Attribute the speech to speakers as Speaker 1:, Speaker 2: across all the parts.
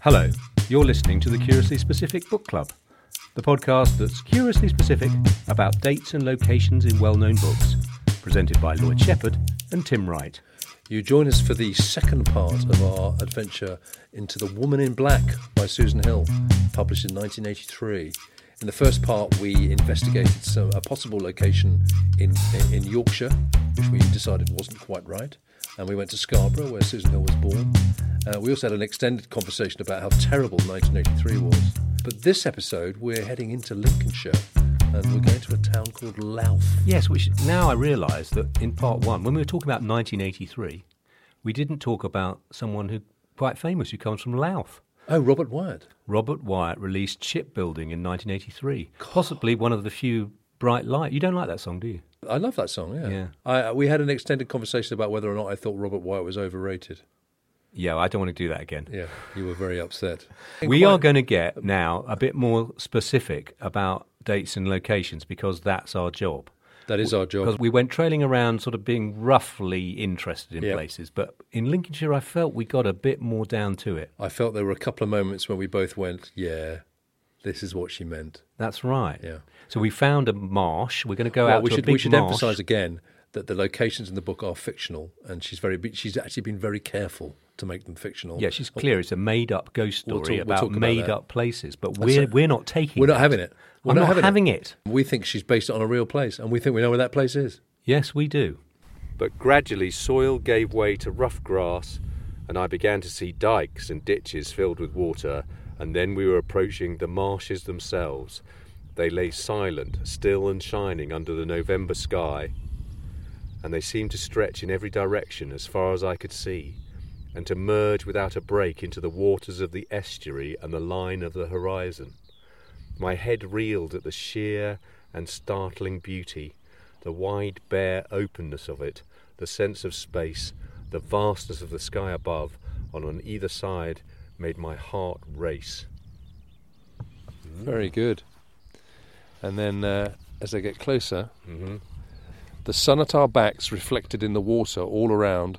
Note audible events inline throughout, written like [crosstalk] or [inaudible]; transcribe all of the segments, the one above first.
Speaker 1: Hello, you're listening to the Curiously Specific Book Club, the podcast that's curiously specific about dates and locations in well known books, presented by Lloyd Shepherd and Tim Wright.
Speaker 2: You join us for the second part of our adventure into The Woman in Black by Susan Hill, published in 1983. In the first part, we investigated some, a possible location in, in Yorkshire, which we decided wasn't quite right. And we went to Scarborough, where Susan Hill was born. Uh, we also had an extended conversation about how terrible 1983 was. But this episode, we're heading into Lincolnshire and we're going to a town called Louth.
Speaker 1: Yes, which now I realise that in part one, when we were talking about 1983, we didn't talk about someone who quite famous who comes from Louth.
Speaker 2: Oh, Robert Wyatt.
Speaker 1: Robert Wyatt released Shipbuilding in 1983, possibly one of the few bright light. You don't like that song, do you?
Speaker 2: I love that song, yeah.
Speaker 1: Yeah.
Speaker 2: I, uh, we had an extended conversation about whether or not I thought Robert Wyatt was overrated.
Speaker 1: Yeah, I don't want to do that again.
Speaker 2: Yeah, you were very upset.
Speaker 1: [laughs] We are going to get now a bit more specific about dates and locations because that's our job.
Speaker 2: That is our
Speaker 1: Because
Speaker 2: job.
Speaker 1: we went trailing around, sort of being roughly interested in
Speaker 2: Yeah.
Speaker 1: places, but in Lincolnshire, I felt we got a bit more down to it.
Speaker 2: I felt there were a couple of moments when we both went, yeah, this is what she meant.
Speaker 1: That's right.
Speaker 2: Yeah.
Speaker 1: So we found a marsh. We're going to go
Speaker 2: well,
Speaker 1: out
Speaker 2: we
Speaker 1: to
Speaker 2: should
Speaker 1: a big
Speaker 2: we should
Speaker 1: marsh.
Speaker 2: emphasise again that the locations in the book are fictional, and she's very be- she's actually been very careful to make them fictional.
Speaker 1: Yeah, she's clear. It's a made-up ghost story
Speaker 2: We'll talk- we'll
Speaker 1: about
Speaker 2: talk about
Speaker 1: made-up
Speaker 2: that.
Speaker 1: places, but
Speaker 2: That's
Speaker 1: we're
Speaker 2: it.
Speaker 1: we're not taking.
Speaker 2: We're not
Speaker 1: that.
Speaker 2: having it. We're
Speaker 1: I'm
Speaker 2: not having it.
Speaker 1: it.
Speaker 2: We think she's based it on a real place, and we think we know where that place is.
Speaker 1: Yes, we do.
Speaker 3: But gradually soil gave way to rough grass, and I began to see dikes and ditches filled with water, and then we were approaching the marshes themselves. They lay silent, still and shining under the November sky, and they seemed to stretch in every direction as far as I could see, and to merge without a break into the waters of the estuary and the line of the horizon. My head reeled at the sheer and startling beauty, the wide, bare openness of it, the sense of space, the vastness of the sky above, and on either side made my heart race.
Speaker 2: Very good. And then uh, as they get closer, the sun at our backs reflected in the water all around,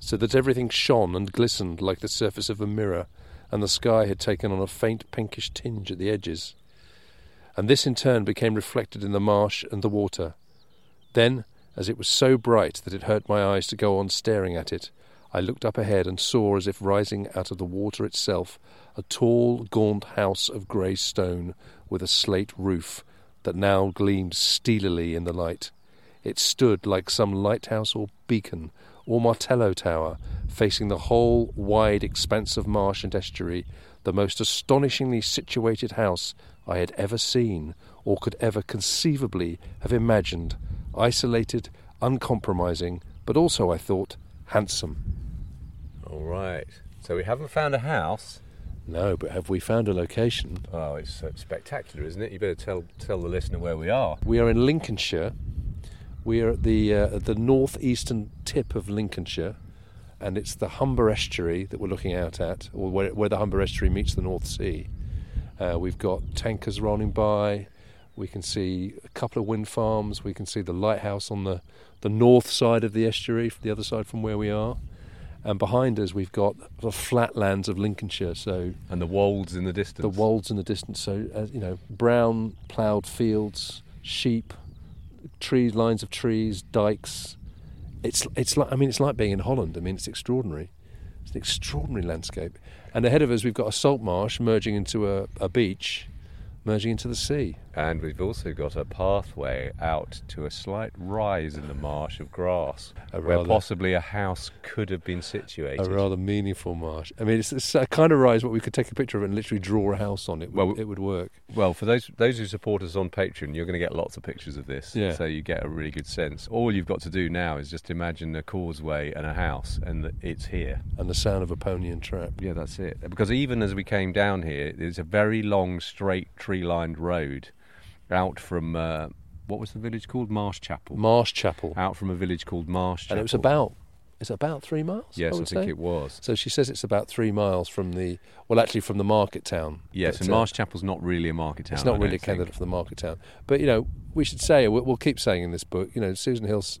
Speaker 2: so that everything shone and glistened like the surface of a mirror, and the sky had taken on a faint pinkish tinge at the edges. And this in turn became reflected in the marsh and the water. Then, as it was so bright that it hurt my eyes to go on staring at it, I looked up ahead and saw, as if rising out of the water itself, a tall, gaunt house of grey stone with a slate roof that now gleamed steelily in the light. It stood like some lighthouse or beacon or martello tower, facing the whole wide expanse of marsh and estuary, the most astonishingly situated house I had ever seen or could ever conceivably have imagined, isolated, uncompromising, but also, I thought, handsome.
Speaker 3: All right. So we haven't found a house.
Speaker 2: No, but have we found a location?
Speaker 3: Oh, it's uh, spectacular, isn't it? You better tell tell the listener where we are.
Speaker 2: We are in Lincolnshire. We are at the uh, at the northeastern tip of Lincolnshire, and it's the Humber Estuary that we're looking out at, or where, where the Humber Estuary meets the North Sea. Uh, we've got tankers rolling by. We can see a couple of wind farms. We can see the lighthouse on the, the north side of the estuary, the other side from where we are. And behind us, we've got the flatlands of Lincolnshire. So
Speaker 1: And the wolds in the distance.
Speaker 2: the wolds in the distance. So uh, you know, brown ploughed fields, sheep, trees, lines of trees, dikes. It's it's like I mean, it's like being in Holland. I mean, it's extraordinary. It's an extraordinary landscape. And ahead of us, we've got a salt marsh merging into a, a beach, merging into the sea.
Speaker 4: And we've also got a pathway out to a slight rise in the marsh of grass,
Speaker 2: A
Speaker 4: where
Speaker 2: rather-
Speaker 4: possibly a house could have been
Speaker 2: A
Speaker 4: situated.
Speaker 2: rather meaningful marsh. I mean, it's, it's a kind of rise where we could take a picture of it and literally draw a house on it.
Speaker 4: Well,
Speaker 2: it would work.
Speaker 4: well, for those those who support us on Patreon, you're going to get lots of pictures of this,
Speaker 2: Yeah.
Speaker 4: so you get a really good sense. All you've got to do now is just imagine a causeway and a house, and that it's here.
Speaker 2: And the sound of a pony and trap.
Speaker 4: Yeah, that's it. Because even as we came down here, there's a very long, straight, tree-lined road out from uh, what was the village called, Marsh Chapel.
Speaker 2: Marsh Chapel.
Speaker 4: out from a village called Marsh Chapel.
Speaker 2: And it was about, is it about three miles?
Speaker 4: Yes, I,
Speaker 2: would
Speaker 4: think
Speaker 2: say?
Speaker 4: it was.
Speaker 2: So she says it's about three miles from the, well, actually from the market town.
Speaker 4: Yes,
Speaker 2: But,
Speaker 4: and
Speaker 2: uh,
Speaker 4: Marsh Chapel's not really a market town.
Speaker 2: It's
Speaker 4: I
Speaker 2: not
Speaker 4: don't
Speaker 2: really a
Speaker 4: think.
Speaker 2: candidate for the market town. But, you know, we should say, we'll, we'll keep saying in this book, you know, Susan Hill's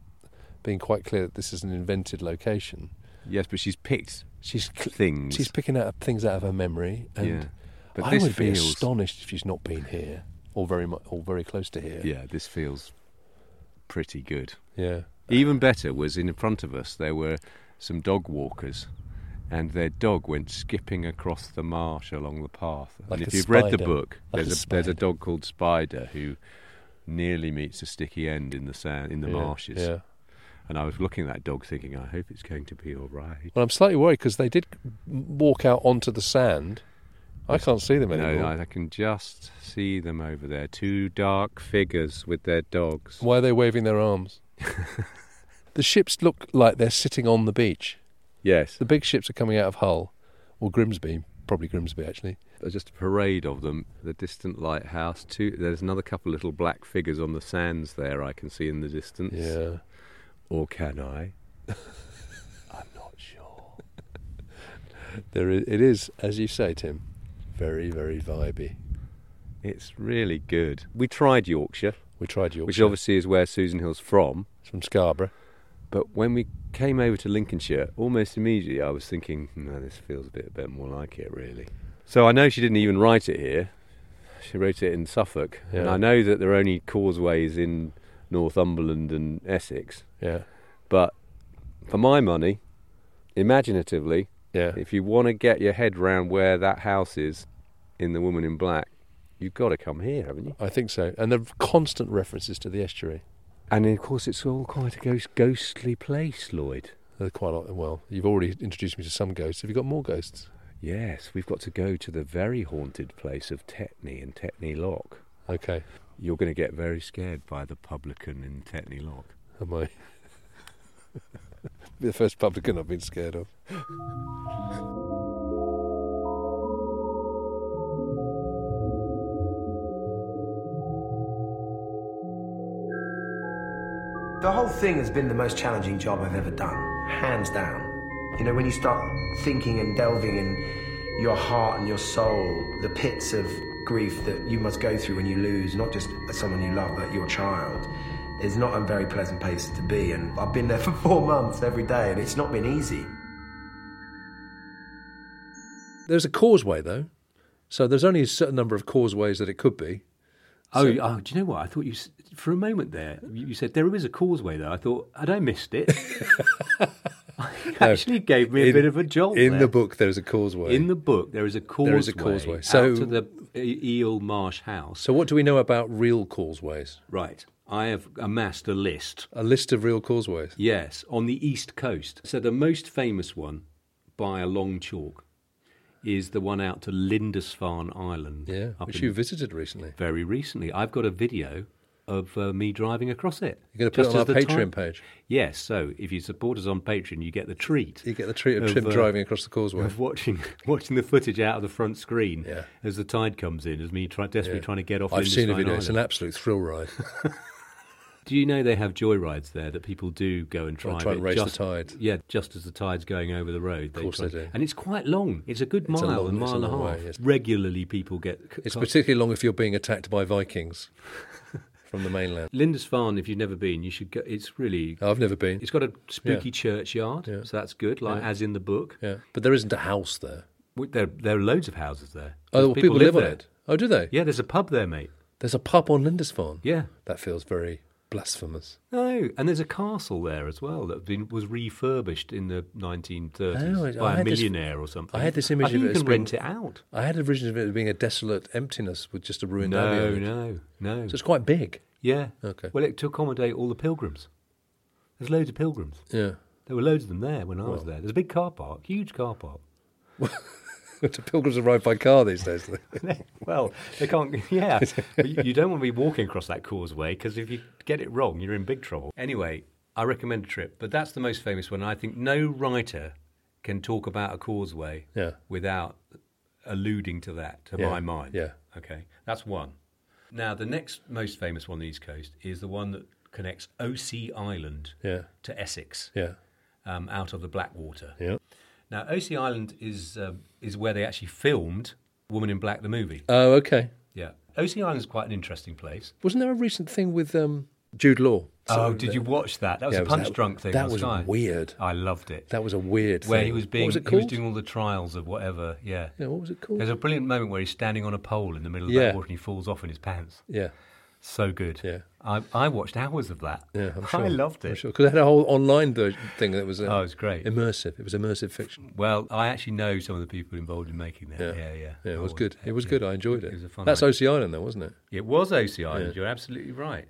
Speaker 2: being quite clear that this is an invented location.
Speaker 4: Yes, but she's picked
Speaker 2: She's cl-
Speaker 4: things.
Speaker 2: She's picking out things out of her memory. And
Speaker 4: Yeah. But
Speaker 2: I
Speaker 4: this
Speaker 2: would be
Speaker 4: feels-
Speaker 2: astonished if she's not been here or very mu- or very close to here.
Speaker 4: yeah, this feels pretty good.
Speaker 2: Yeah.
Speaker 4: Even better was in front of us there were some dog walkers, and their dog went skipping across the marsh along the path.
Speaker 2: Like
Speaker 4: and if
Speaker 2: a
Speaker 4: you've read the
Speaker 2: spider.
Speaker 4: book,
Speaker 2: Like
Speaker 4: there's
Speaker 2: a
Speaker 4: a, there's a
Speaker 2: spider.
Speaker 4: dog called Spider who nearly meets a sticky end in the sand in the
Speaker 2: yeah,
Speaker 4: marshes.
Speaker 2: Yeah.
Speaker 4: And I was looking at that dog, thinking, I hope it's going to be all right.
Speaker 2: Well, I'm slightly worried because they did m- walk out onto the sand. I can't see them anymore.
Speaker 4: No, no, I can just see them over there. Two dark figures with their dogs.
Speaker 2: Why are they waving their
Speaker 4: [laughs]
Speaker 2: arms? the ships look like they're sitting on the beach.
Speaker 4: Yes,
Speaker 2: The big ships are coming out of Hull, or Grimsby, probably Grimsby actually.
Speaker 4: there's just a parade of them. The distant lighthouse. Two. There's another couple little black figures on the sands there. I can see in the distance.
Speaker 2: Yeah.
Speaker 4: Or can I? I'm not sure.
Speaker 2: There i it is, as you say, Tim, very, very vibey.
Speaker 4: It's really good. We tried Yorkshire,
Speaker 2: We tried Yorkshire.
Speaker 4: which obviously is where Susan Hill's from.
Speaker 2: It's from Scarborough.
Speaker 4: But when we came over to Lincolnshire, almost immediately I was thinking, no, this feels a bit, bit more like it, really. So I know she didn't even write it here. She wrote it in Suffolk. And
Speaker 2: Yeah.
Speaker 4: I know that there are only causeways in Northumberland and Essex.
Speaker 2: Yeah.
Speaker 4: But for my money, imaginatively,
Speaker 2: Yeah.
Speaker 4: if you want to get your head round where that house is in The Woman in Black, you've got to come here, haven't you?
Speaker 2: I think so. And the constant references to the estuary.
Speaker 4: And of course, it's all quite a ghost, ghostly place, Lloyd.
Speaker 2: They're quite a lot. Well, you've already introduced me to some ghosts. Have you got more ghosts?
Speaker 4: Yes, we've got to go to the very haunted place of Tetney and Tetney Lock.
Speaker 2: Okay.
Speaker 4: You're going to get very scared by the publican in Tetney Lock.
Speaker 2: Am I? [laughs] Be the first publican I've been scared of.
Speaker 5: The whole thing has been the most challenging job I've ever done, hands down. You know, when you start thinking and delving in your heart and your soul, the pits of grief that you must go through when you lose not just someone you love, but your child, is not a very pleasant place to be. And I've been there [laughs] for four months every day, and it's not been easy.
Speaker 2: There's a causeway though, so there's only a certain number of causeways that it could be.
Speaker 1: Oh, oh, do you know what? I thought you, s- for a moment there, you you said there is a causeway there. I thought, had I missed
Speaker 2: [laughs]
Speaker 1: it? It actually gave me a bit of a jolt.
Speaker 2: in the
Speaker 1: there.
Speaker 2: book. There's a causeway.
Speaker 1: In the book, there is a causeway.
Speaker 2: There is a causeway. So-
Speaker 1: out to the E- Eel Marsh House.
Speaker 2: so what do we know about real causeways?
Speaker 1: right, I have amassed a list.
Speaker 2: A list of real causeways.
Speaker 1: Yes, on the east coast. So the most famous one, by a long chalk, is the one out to Lindisfarne Island.
Speaker 2: Yeah,
Speaker 1: up
Speaker 2: which
Speaker 1: in-
Speaker 2: you visited recently.
Speaker 1: very recently. I've got a video of uh, me driving across it.
Speaker 2: You're going to put
Speaker 1: Just
Speaker 2: it on our
Speaker 1: as the time-
Speaker 2: Patreon page.
Speaker 1: Yes, so if you support us on Patreon, you get the treat
Speaker 2: You get the treat of,
Speaker 1: Of,
Speaker 2: Tim
Speaker 1: uh,
Speaker 2: driving across the causeway.
Speaker 1: of watching [laughs] watching the footage out of the front screen
Speaker 2: Yeah.
Speaker 1: as the tide comes in, as me try, desperately trying to get off.
Speaker 2: I've seen
Speaker 1: Lindisfarne
Speaker 2: a video. It's an
Speaker 1: Island.
Speaker 2: absolute
Speaker 1: [laughs]
Speaker 2: thrill ride.
Speaker 1: Do you know they have joyrides there that people do go and
Speaker 2: Try
Speaker 1: try?
Speaker 2: and raise the
Speaker 1: just,
Speaker 2: tide.
Speaker 1: Yeah, just as the tide's going over the road.
Speaker 2: Of course
Speaker 1: try-
Speaker 2: they do.
Speaker 1: and it's quite long. It's a good
Speaker 2: It's a
Speaker 1: mile, a
Speaker 2: long- it's a
Speaker 1: mile and a
Speaker 2: long
Speaker 1: half.
Speaker 2: way, yes.
Speaker 1: Regularly, people get. c-
Speaker 2: It's
Speaker 1: caught- [laughs]
Speaker 2: particularly long if you're being attacked by Vikings.
Speaker 6: from the mainland.
Speaker 2: Lindisfarne, if you've never been, you should go. It's really.
Speaker 6: I've never been.
Speaker 2: It's got a spooky churchyard,
Speaker 6: Yeah.
Speaker 2: so that's good, like as in the book.
Speaker 6: Yeah, but there isn't a house there.
Speaker 2: W- There, there are loads of houses there.
Speaker 6: Oh,
Speaker 2: There's
Speaker 6: well, people, live, on
Speaker 2: there.
Speaker 6: it. Oh, do they?
Speaker 2: Yeah, there's a pub there, mate.
Speaker 6: There's a pub on Lindisfarne.
Speaker 2: Yeah.
Speaker 6: That feels very blasphemous.
Speaker 2: No, and there's a castle there as well that been, was refurbished in the 1930s
Speaker 6: Oh, I- I
Speaker 2: by a
Speaker 6: had this-
Speaker 2: millionaire or something.
Speaker 6: I had this image
Speaker 2: I think
Speaker 6: of
Speaker 2: you
Speaker 6: it as
Speaker 2: can
Speaker 6: being-
Speaker 2: rent it out.
Speaker 6: I had a vision of it as being a desolate emptiness with just a ruined abbey.
Speaker 2: No,
Speaker 6: on it.
Speaker 2: no, no.
Speaker 6: So it's quite big.
Speaker 2: Yeah.
Speaker 6: Okay.
Speaker 2: Well, it, to accommodate all the pilgrims. There's loads of pilgrims.
Speaker 6: Yeah.
Speaker 2: There were loads of them there when I was there. There's a big car park, huge car park.
Speaker 6: [laughs] the pilgrims arrive by car these days. [laughs]
Speaker 2: well, they can't. [laughs] Yeah, But you you don't want to be walking across that causeway because if you get it wrong, you're in big trouble. Anyway, I recommend a trip, but that's the most famous one. I think no writer can talk about a causeway
Speaker 6: Yeah.
Speaker 2: without alluding to that, to
Speaker 6: Yeah,
Speaker 2: my mind.
Speaker 6: yeah.
Speaker 2: Okay, that's one. Now, the next most famous one on the East Coast is the one that connects OC Island
Speaker 6: Yeah.
Speaker 2: to Essex
Speaker 6: yeah.
Speaker 2: um, out of the Blackwater.
Speaker 6: Yeah.
Speaker 2: Now, OC Island is uh, is where they actually filmed Woman in Black, the movie.
Speaker 6: Oh, okay.
Speaker 2: Yeah. OC Island is quite an interesting place.
Speaker 6: Wasn't there a recent thing with um, Jude Law?
Speaker 2: oh, did you watch that? That was
Speaker 6: Yeah,
Speaker 2: a
Speaker 6: it was-
Speaker 2: punch
Speaker 6: that-
Speaker 2: drunk thing.
Speaker 6: that
Speaker 2: on
Speaker 6: was
Speaker 2: Sky.
Speaker 6: weird.
Speaker 2: I loved it.
Speaker 6: That was a weird
Speaker 2: where
Speaker 6: thing.
Speaker 2: he was being,
Speaker 6: What was it
Speaker 2: he was
Speaker 6: called?
Speaker 2: doing all the trials of whatever. Yeah.
Speaker 6: Yeah, what was it called?
Speaker 2: There's a brilliant moment where he's standing on a pole in the middle of
Speaker 6: Yeah.
Speaker 2: that water and he falls off in his pants.
Speaker 6: yeah.
Speaker 2: So good.
Speaker 6: Yeah.
Speaker 2: I, I watched hours of that.
Speaker 6: Yeah, I'm sure.
Speaker 2: [laughs] I loved it.
Speaker 6: I'm sure. Because they had a whole online version thing that was, uh,
Speaker 2: Oh, it was great.
Speaker 6: immersive. It was immersive fiction.
Speaker 2: Well, I actually know some of the people involved in making that. Yeah, yeah.
Speaker 6: Yeah, it
Speaker 2: I
Speaker 6: was
Speaker 2: watched
Speaker 6: good. It was good. I enjoyed it.
Speaker 2: It was a fun
Speaker 6: That's
Speaker 2: night.
Speaker 6: OC Island, though, wasn't it?
Speaker 2: It was OC Island. You're absolutely right.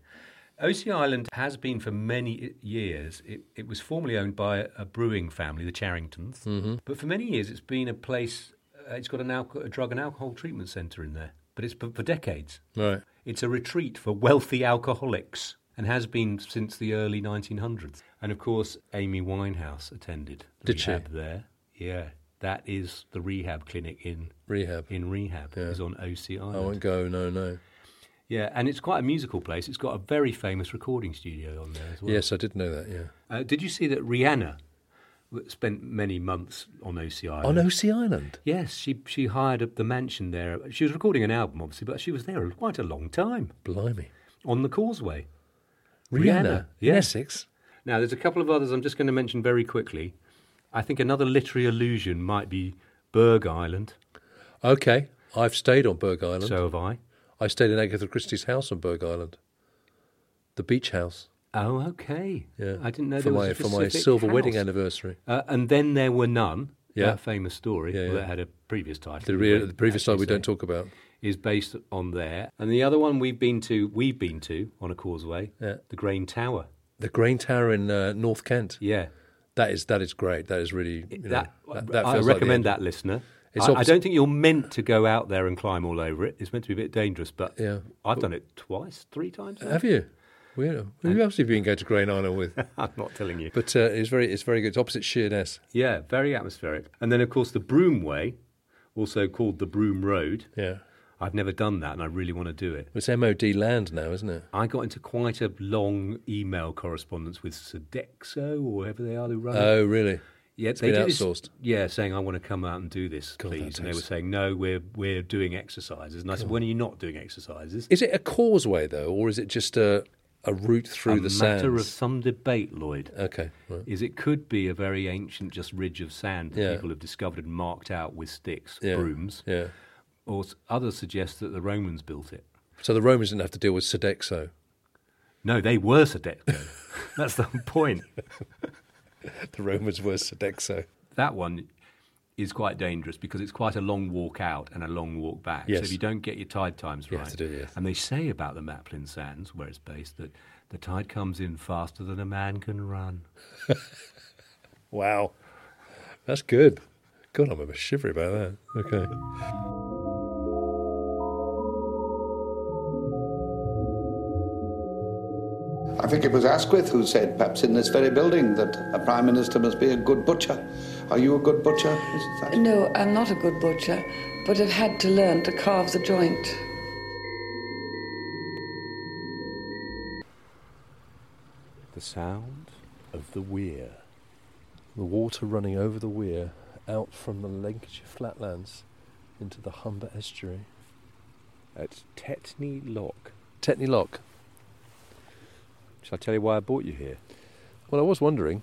Speaker 2: OC Island has been for many i- years. It, it was formerly owned by a, brewing family, the Charringtons,
Speaker 6: Mm-hmm.
Speaker 2: but for many years it's been a place. Uh, it's got an alco- a drug and alcohol treatment centre in there, but it's for, for decades.
Speaker 6: Right.
Speaker 2: It's a retreat for wealthy alcoholics and has been since the early 1900s. And of course, Amy Winehouse attended the
Speaker 6: Did she?
Speaker 2: rehab there. Yeah, that is the rehab clinic in
Speaker 6: Rehab.
Speaker 2: in rehab. is on OC Island.
Speaker 6: I won't go. No, no.
Speaker 2: Yeah, and it's quite a musical place. It's got a very famous recording studio on there as well.
Speaker 6: Yes, I did know that. Yeah.
Speaker 2: Uh, did you see that Rihanna w- spent many months on OCI?
Speaker 6: On OC Island.
Speaker 2: Yes, she she hired up the mansion there. She was recording an album, obviously, but she was there quite a long time
Speaker 6: Blimey.
Speaker 2: on the causeway.
Speaker 6: Rihanna.
Speaker 2: Rihanna,
Speaker 6: In
Speaker 2: yeah.
Speaker 6: Essex.
Speaker 2: Now, there's a couple of others I'm just going to mention very quickly. I think another literary allusion might be Berg Island.
Speaker 6: Okay. I've stayed on Berg Island.
Speaker 2: So have I.
Speaker 6: I stayed in Agatha Christie's house on Berg Island. The beach house.
Speaker 2: Oh, okay.
Speaker 6: Yeah.
Speaker 2: I didn't know
Speaker 6: for
Speaker 2: there
Speaker 6: my
Speaker 2: was a
Speaker 6: for my
Speaker 2: specific
Speaker 6: silver wedding
Speaker 2: house.
Speaker 6: anniversary.
Speaker 2: Uh, and then there were none.
Speaker 6: Yeah.
Speaker 2: That famous story
Speaker 6: Yeah,
Speaker 2: well,
Speaker 6: yeah.
Speaker 2: that had a previous title.
Speaker 6: The,
Speaker 2: we
Speaker 6: re-
Speaker 2: won't
Speaker 6: the previous
Speaker 2: actually
Speaker 6: time we don't
Speaker 2: say,
Speaker 6: talk about.
Speaker 2: is based on there. And the other one we've been to, we've been to on a causeway,
Speaker 6: Yeah.
Speaker 2: the Grain Tower.
Speaker 6: The Grain Tower in uh, North Kent.
Speaker 2: Yeah,
Speaker 6: That is that is great. That is really you know,
Speaker 2: that,
Speaker 6: that, that feels
Speaker 2: I
Speaker 6: like the
Speaker 2: recommend
Speaker 6: end.
Speaker 2: that listener.
Speaker 6: It's
Speaker 2: I, I
Speaker 6: opposite-
Speaker 2: don't think you're meant to go out there and climb all over it. It's meant to be a bit dangerous, but
Speaker 6: Yeah.
Speaker 2: I've done it twice, three times. now. [laughs]
Speaker 6: Have you? Weirdo. Who else have you been going to Grain Island with? [laughs]
Speaker 2: I'm not telling you.
Speaker 6: But uh, it's very it's very good. It's opposite Sheerness.
Speaker 2: Yeah, very atmospheric. And then, of course, the Broomway, also called the Broom Road.
Speaker 6: Yeah.
Speaker 2: I've never done that, and I really want to do it.
Speaker 6: It's MOD land now, isn't it?
Speaker 2: I got into quite a long email correspondence with Sodexo or whoever they are who run it.
Speaker 6: Oh, really?
Speaker 2: Yeah,
Speaker 6: it's been
Speaker 2: did this-
Speaker 6: outsourced.
Speaker 2: yeah, saying I want to come out and do this,
Speaker 6: God, that
Speaker 2: please. And they were
Speaker 6: takes-
Speaker 2: saying, no, we're we're doing exercises. And I said, when are you not doing exercises?
Speaker 6: Is it a causeway though, or is it just a a route through
Speaker 2: a
Speaker 6: the
Speaker 2: matter
Speaker 6: sands? Uh,
Speaker 2: of some debate, Lloyd.
Speaker 6: okay. Right.
Speaker 2: is it could be a very ancient just ridge of sand that
Speaker 6: Yeah.
Speaker 2: people have discovered and marked out with sticks,
Speaker 6: Yeah.
Speaker 2: brooms,
Speaker 6: Yeah.
Speaker 2: or s- others suggest that the Romans built it.
Speaker 6: So the Romans didn't have to deal with Sodexo. [laughs]
Speaker 2: No, they were Sodexo. That's the point.
Speaker 6: The Romans were Sodexo.
Speaker 2: that one is quite dangerous because it's quite a long walk out and a long walk back. So
Speaker 6: Yes.
Speaker 2: if you don't get your tide times
Speaker 6: You
Speaker 2: right,
Speaker 6: have to do it, yes.
Speaker 2: and they say about the Maplin Sands where it's based that the tide comes in faster than a man can run.
Speaker 6: Wow. That's good. God, I'm a bit shivery about that. Okay.
Speaker 7: I think it was Asquith who said, perhaps in this very building, that a prime minister must be a good butcher. Are you a good butcher, Mrs. Thatcher?
Speaker 8: No, I'm not a good butcher, but I've had to learn to carve the joint.
Speaker 9: The sound
Speaker 6: Of the weir. The water running over the weir out from the Lancashire flatlands into the Humber estuary.
Speaker 9: at Tetney Lock.
Speaker 6: Tetney Lock.
Speaker 2: Shall I tell you why I brought you here?
Speaker 7: Well, I was wondering.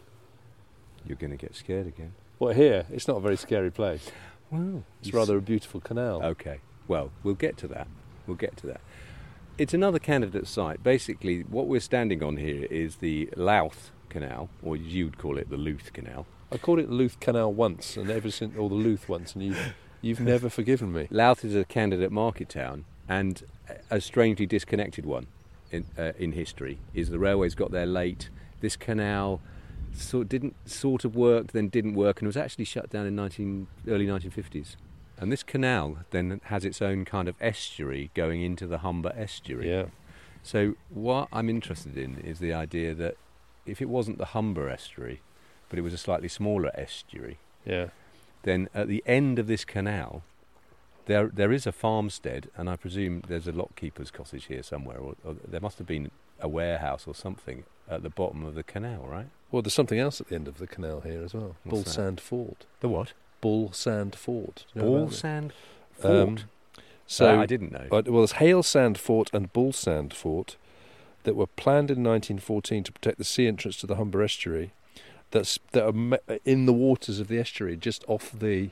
Speaker 2: You're going to get scared again.
Speaker 7: Well, here it's not a very scary place.
Speaker 2: Well,
Speaker 7: It's rather a beautiful canal.
Speaker 2: Okay. Well, we'll get to that. We'll get to that. It's another candidate site. Basically, what we're standing on here is the Louth Canal, or you'd call it the Louth Canal.
Speaker 7: I called it Louth Canal once, and ever since, or the Louth once, and you, you've [laughs] never forgiven me.
Speaker 2: Louth is a candidate market town and a strangely disconnected one in, uh, in history. Is the railways got there late? This canal sort didn't sort of work, then didn't work, and was actually shut down in 19, early 1950s. And this canal then has its own kind of estuary going into the Humber estuary.
Speaker 7: Yeah.
Speaker 2: So what I'm interested in is the idea that if it wasn't the Humber estuary, but it was a slightly smaller estuary,
Speaker 7: Yeah.
Speaker 2: then at the end of this canal, there there is a farmstead, and I presume there's a lockkeeper's cottage here somewhere, or, or there must have been a warehouse or something at the bottom of the canal, right?
Speaker 7: Well, there's something else at the end of the canal here as well.
Speaker 2: What's
Speaker 7: Bull
Speaker 2: that?
Speaker 7: Sand Ford.
Speaker 2: The what?
Speaker 7: Bull Sand Ford. Do you know
Speaker 2: Ball
Speaker 7: about it?
Speaker 2: sand fort.
Speaker 7: Um,
Speaker 2: so
Speaker 7: so
Speaker 2: I didn't know.
Speaker 7: But, well, there's Hale Sand Fort and Bull Sand Fort that were planned in 1914 to protect the sea entrance to the Humber estuary that's, that are me- in the waters of the estuary, just off the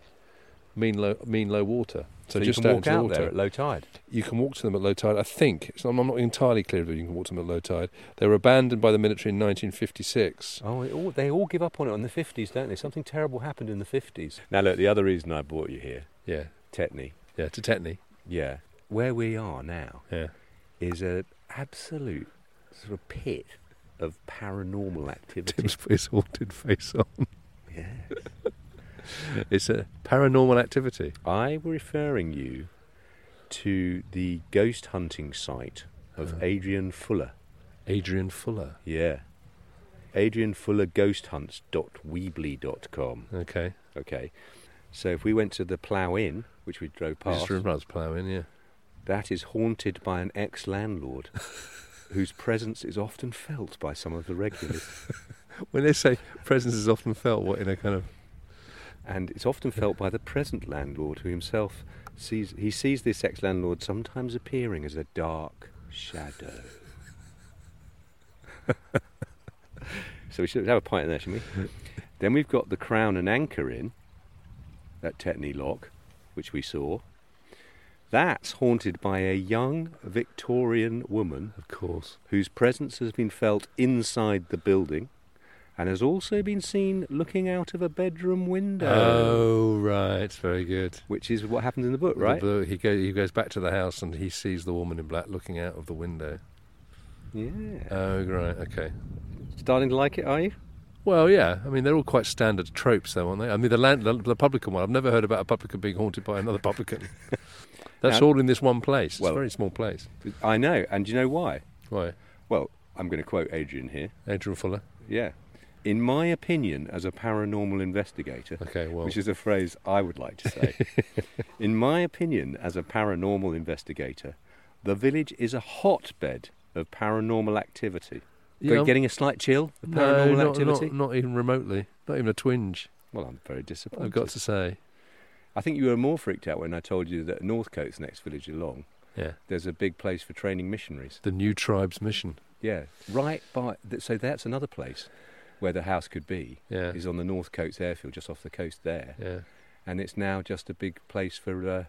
Speaker 7: mean low, mean low water. So,
Speaker 2: so you
Speaker 7: just
Speaker 2: can walk
Speaker 7: into the
Speaker 2: out
Speaker 7: water.
Speaker 2: there at low tide.
Speaker 7: You can walk to them at low tide. I think, it's, I'm I'm not entirely clear whether you can walk to them at low tide. They were abandoned by the military in 1956.
Speaker 2: Oh, it all, they all give up on it in the fifties, don't they? Something terrible happened in the fifties. Now look, the other reason I brought you here,
Speaker 7: Yeah,
Speaker 2: Tetney,
Speaker 7: yeah, to Tetney.
Speaker 2: yeah, where we are now
Speaker 7: Yeah.
Speaker 2: is an absolute sort of pit of paranormal activity.
Speaker 7: [laughs] [laughs] Tim's put his haunted face on.
Speaker 2: yeah.
Speaker 7: [laughs] It's a paranormal activity.
Speaker 2: I were referring you to the ghost hunting site of Adrian Fuller.
Speaker 7: Adrian Fuller.
Speaker 2: Yeah. Adrian Fuller Ghost Hunts.weebly.com.
Speaker 7: Okay.
Speaker 2: Okay. So if we went to the Plough Inn, which we drove past,
Speaker 7: Just runs ploughing, yeah.
Speaker 2: that is haunted by an ex landlord whose presence is often felt by some of the regulars.
Speaker 7: When they say presence is often felt, what in a kind of
Speaker 2: and it's often felt by the present landlord who himself sees he sees this ex landlord sometimes appearing as a dark shadow. so we should have a pint in there, shouldn't we? then we've got the Crown and Anchor Inn at Tetney Lock, which we saw. That's haunted by a young Victorian woman
Speaker 7: of course.
Speaker 2: whose presence has been felt inside the building and has also been seen looking out of a bedroom window.
Speaker 7: Oh right, very good.
Speaker 2: Which is what happened in the book, right?
Speaker 7: The blue- he goes he goes back to the house and he sees the woman in black looking out of the window.
Speaker 2: Yeah.
Speaker 7: Oh right, okay.
Speaker 2: Starting to like it, are you?
Speaker 7: Well, yeah. I mean, they're all quite standard tropes, though, aren't they? I mean, the land, the, the publican one. I've never heard about a publican being haunted by another [laughs] publican. That's
Speaker 2: Now-
Speaker 7: all in this one place. It's
Speaker 2: Well-
Speaker 7: a very small place.
Speaker 2: I know, and do you know why?
Speaker 7: Why,
Speaker 2: Well, I'm going to quote Adrian here.
Speaker 7: Adrian Fuller?
Speaker 2: Yeah. In my opinion, as a paranormal investigator,
Speaker 7: Okay, well-
Speaker 2: which is a phrase I would like to say. in my opinion, as a paranormal investigator, the village is a hotbed of paranormal activity.
Speaker 7: Yeah, I'm-
Speaker 2: Getting a slight chill of
Speaker 7: No,
Speaker 2: paranormal
Speaker 7: not,
Speaker 2: activity?
Speaker 7: Not, not even remotely. Not even a twinge.
Speaker 2: Well, I'm very disappointed.
Speaker 7: I've got to say.
Speaker 2: I think you were more freaked out when I told you that Northcote's next village along,
Speaker 7: Yeah.
Speaker 2: there's a big place for training missionaries.
Speaker 7: The new tribe's mission.
Speaker 2: Yeah, right by. Th- so that's another place where the house could be.
Speaker 7: Yeah.
Speaker 2: Is on the Northcote's airfield, just off the coast there,
Speaker 7: Yeah.
Speaker 2: and it's now just a big place for uh,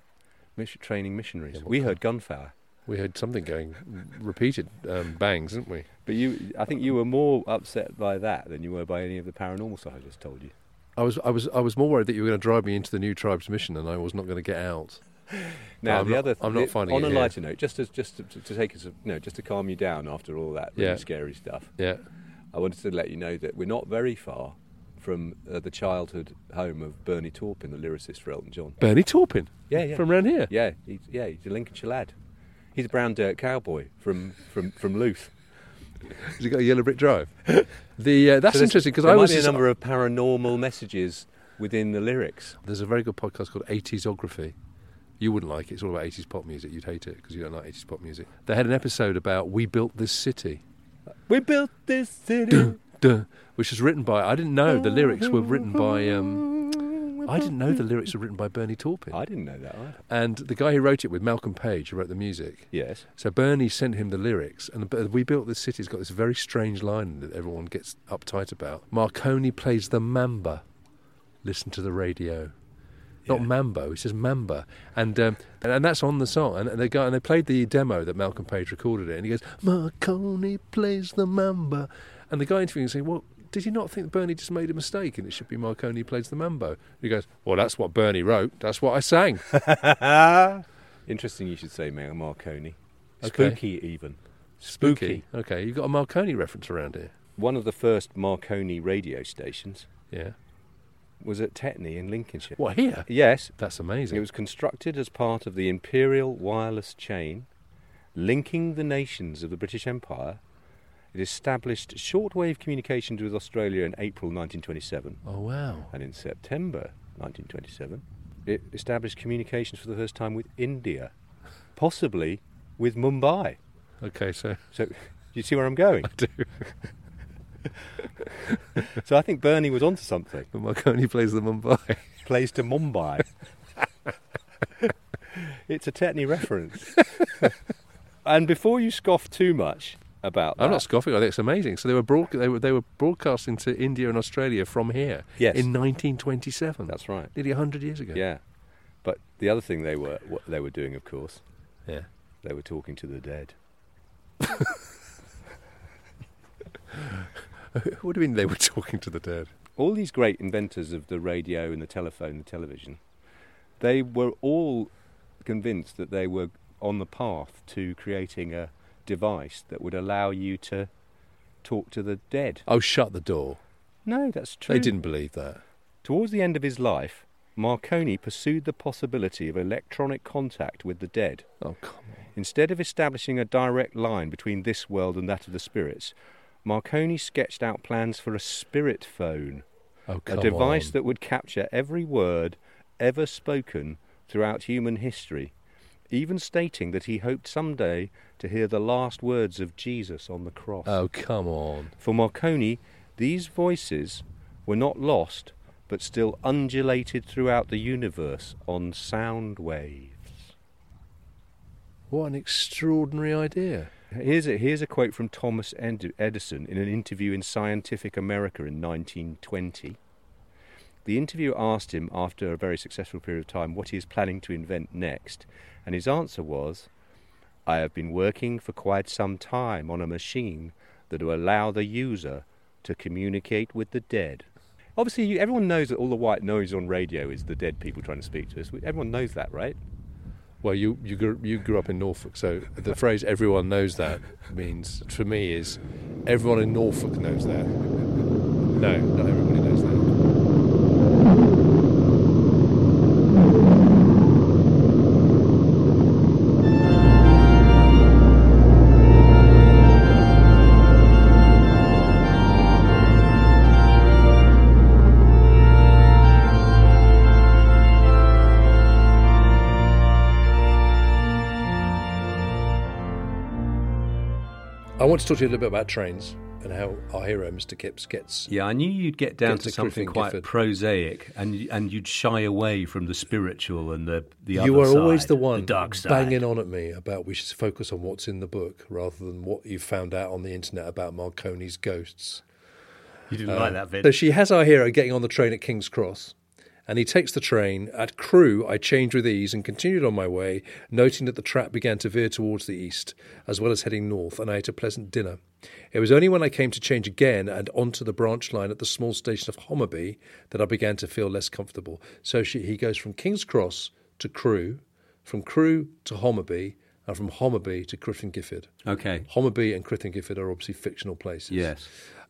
Speaker 2: mission- training missionaries.
Speaker 7: Yeah, what
Speaker 2: we
Speaker 7: kind-
Speaker 2: heard gunfire,
Speaker 7: We had something going, repeated um, bangs, didn't we?
Speaker 2: but you, I think you were more upset by that than you were by any of the paranormal stuff I just told you.
Speaker 7: I was, I was, I was more worried that you were going to drive me into the new tribe's mission, and I was not going to get out.
Speaker 2: Now
Speaker 7: I'm
Speaker 2: the
Speaker 7: not-
Speaker 2: other, th-
Speaker 7: I'm not
Speaker 2: the-
Speaker 7: finding
Speaker 2: on
Speaker 7: it
Speaker 2: a
Speaker 7: here.
Speaker 2: lighter note, just to, just to, to take us, you know, just to calm you down after all that really
Speaker 7: Yeah.
Speaker 2: scary stuff.
Speaker 7: Yeah.
Speaker 2: I wanted to let you know that we're not very far from uh, the childhood home of Bernie Taupin, the lyricist for Elton John.
Speaker 7: Bernie Taupin.
Speaker 2: Yeah, yeah.
Speaker 7: From around here.
Speaker 2: Yeah, he's, yeah, he's a Lincolnshire lad. He's a brown dirt cowboy from from from Luth.
Speaker 7: Has he got a yellow brick drive? [laughs] the uh, that's
Speaker 2: So there's-
Speaker 7: interesting because
Speaker 2: there
Speaker 7: I was
Speaker 2: might be a
Speaker 7: just-
Speaker 2: number of paranormal messages within the lyrics.
Speaker 7: There's a very good podcast called 80sography. You wouldn't like it. It's all about 80s pop music. You'd hate it because you don't like 80s pop music. They had an episode about We Built This City,
Speaker 2: We built this city.
Speaker 7: duh, which was written by, I didn't know the lyrics were written by um,
Speaker 2: I didn't know the lyrics were written by Bernie Taupin.
Speaker 4: I didn't know that either.
Speaker 2: And the guy who wrote it with Malcolm Page, who wrote the music.
Speaker 4: Yes.
Speaker 2: So Bernie sent him the lyrics, and the, We Built This City's got this very strange line that everyone gets uptight about. Marconi plays the mamba. Listen to the radio. Not mambo, he says mamba, and, um, and and that's on the song. And, and they go and they played the demo that Malcolm Page recorded it, and he goes Marconi plays the mamba, and the guy interviewing saying, "Well, did you not think Bernie just made a mistake and it should be Marconi plays the mambo?" And he goes, "Well, that's what Bernie wrote. That's what I sang."
Speaker 4: Interesting you should say Mar- Marconi.
Speaker 2: Okay.
Speaker 4: Spooky, even.
Speaker 2: Spooky. Okay, you've got a Marconi reference around here.
Speaker 4: One of the first Marconi radio stations
Speaker 2: Yeah.
Speaker 4: was at Tetney in Lincolnshire.
Speaker 2: What, here?
Speaker 4: Yes.
Speaker 2: That's amazing.
Speaker 4: It was constructed as part of the imperial wireless chain linking the nations of the British Empire. It established shortwave communications with Australia in April 1927,
Speaker 2: oh, wow.
Speaker 4: and in September 1927, it established communications for the first time with India, possibly with Mumbai.
Speaker 2: Okay, so [laughs]
Speaker 4: So, you see where I'm going? I do. [laughs] so I think Bernie was onto something.
Speaker 2: the Marconi plays the Mumbai.
Speaker 4: Plays to Mumbai. [laughs] it's a Tetney
Speaker 2: [laughs]
Speaker 4: reference. and before you scoff too much about that,
Speaker 2: I'm not scoffing. I think it's amazing. So they were broad- they were they were broadcasting to India and Australia from here.
Speaker 4: Yes.
Speaker 2: In 1927.
Speaker 4: That's right.
Speaker 2: Nearly 100 years ago.
Speaker 4: yeah. But the other thing they were what they were doing, of course,
Speaker 2: Yeah.
Speaker 4: they were talking to the dead.
Speaker 2: what do you mean they were [laughs] talking to the dead?
Speaker 4: all these great inventors of the radio and the telephone, the television, they were all convinced that they were on the path to creating a device that would allow you to talk to the dead.
Speaker 2: Oh, shut the door.
Speaker 4: No, that's true.
Speaker 2: They didn't believe that.
Speaker 4: Towards the end of his life, Marconi pursued the possibility of electronic contact with the dead.
Speaker 2: Oh, come on.
Speaker 4: Instead of establishing a direct line between this world and that of the spirits, Marconi sketched out plans for a spirit phone.
Speaker 2: Oh,
Speaker 4: a
Speaker 2: come
Speaker 4: device
Speaker 2: on.
Speaker 4: that would capture every word ever spoken throughout human history, even stating that he hoped someday to hear the last words of Jesus on the cross.
Speaker 2: Oh, come on.
Speaker 4: For Marconi, these voices were not lost, but still undulated throughout the universe on sound waves.
Speaker 2: What an extraordinary idea.
Speaker 4: Here's a, here's a quote from Thomas Ed- Edison in an interview in Scientific America in 1920. The interviewer asked him, after a very successful period of time, what he is planning to invent next, and his answer was, I have been working for quite some time on a machine that will allow the user to communicate with the dead. Obviously, you, everyone knows that all the white noise on radio is the dead people trying to speak to us. Everyone knows that, right?
Speaker 2: Well, you you grew, you grew up in Norfolk, so the phrase "everyone knows that" means for me is everyone in Norfolk knows that. No, not everybody knows that. I want to talk to you a little bit about trains and how our hero, Mr. Kipps, gets.
Speaker 7: Yeah, I knew you'd get down
Speaker 2: Get
Speaker 7: to
Speaker 2: to
Speaker 7: something
Speaker 2: Griffin
Speaker 7: quite
Speaker 2: Gifford.
Speaker 7: prosaic, and y- and you'd shy away from the spiritual and the the other
Speaker 2: you are always
Speaker 7: side,
Speaker 2: the one
Speaker 7: dark side.
Speaker 2: banging on at me about we should focus on what's in the book rather than what you found out on the internet about Marconi's ghosts.
Speaker 7: You didn't
Speaker 2: uh,
Speaker 7: like that bit.
Speaker 2: So she has our hero getting on the train at King's Cross, and he takes the train. At Crewe, I changed with ease and continued on my way, noting that the track began to veer towards the east, as well as heading north, and I ate a pleasant dinner. It was only when I came to change again and onto the branch line at the small station of Homerby that I began to feel less comfortable. So she, he goes from King's Cross to Crewe, from Crewe to Homerby, and from Homerby to Griffin Gifford.
Speaker 7: okay.
Speaker 2: Homerby and Griffin Gifford are obviously fictional places.
Speaker 7: Yes.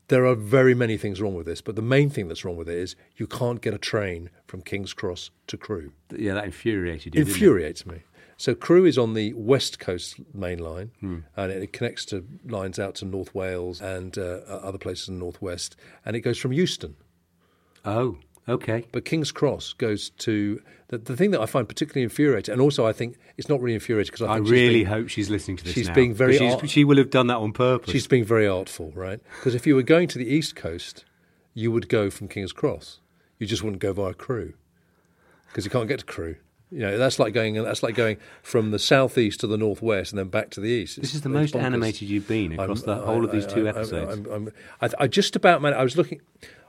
Speaker 2: There are very many things wrong with this, but the main thing that's wrong with it is you can't get a train from King's Cross to Crewe.
Speaker 7: Th- Yeah, that infuriated you. didn't it?
Speaker 2: Infuriates me. So Crewe is on the west coast main line,
Speaker 7: Hmm.
Speaker 2: and it connects to lines out to North Wales and uh, other places in the northwest, and it goes from Euston.
Speaker 7: Oh, okay.
Speaker 2: But King's Cross goes to the, the thing that I find particularly infuriating, and also I think it's not really infuriating because I,
Speaker 7: I
Speaker 2: think
Speaker 7: really
Speaker 2: she's being,
Speaker 7: hope she's listening to this.
Speaker 2: she's
Speaker 7: now,
Speaker 2: being very
Speaker 7: 'cause she's-
Speaker 2: ar-
Speaker 7: she will have done that on purpose.
Speaker 2: she's being very artful, right? Because if you were going to the east coast, you would go from King's Cross. You just wouldn't go via Crewe. because you can't get to Crewe. You know, that's like going that's like going from the southeast to the northwest and then back to the east.
Speaker 7: This
Speaker 2: It's-
Speaker 7: is the
Speaker 2: it's
Speaker 7: most
Speaker 2: bonkers.
Speaker 7: animated you've been across the whole of these two episodes.
Speaker 2: I'm, I'm, I, I just about man. I was looking,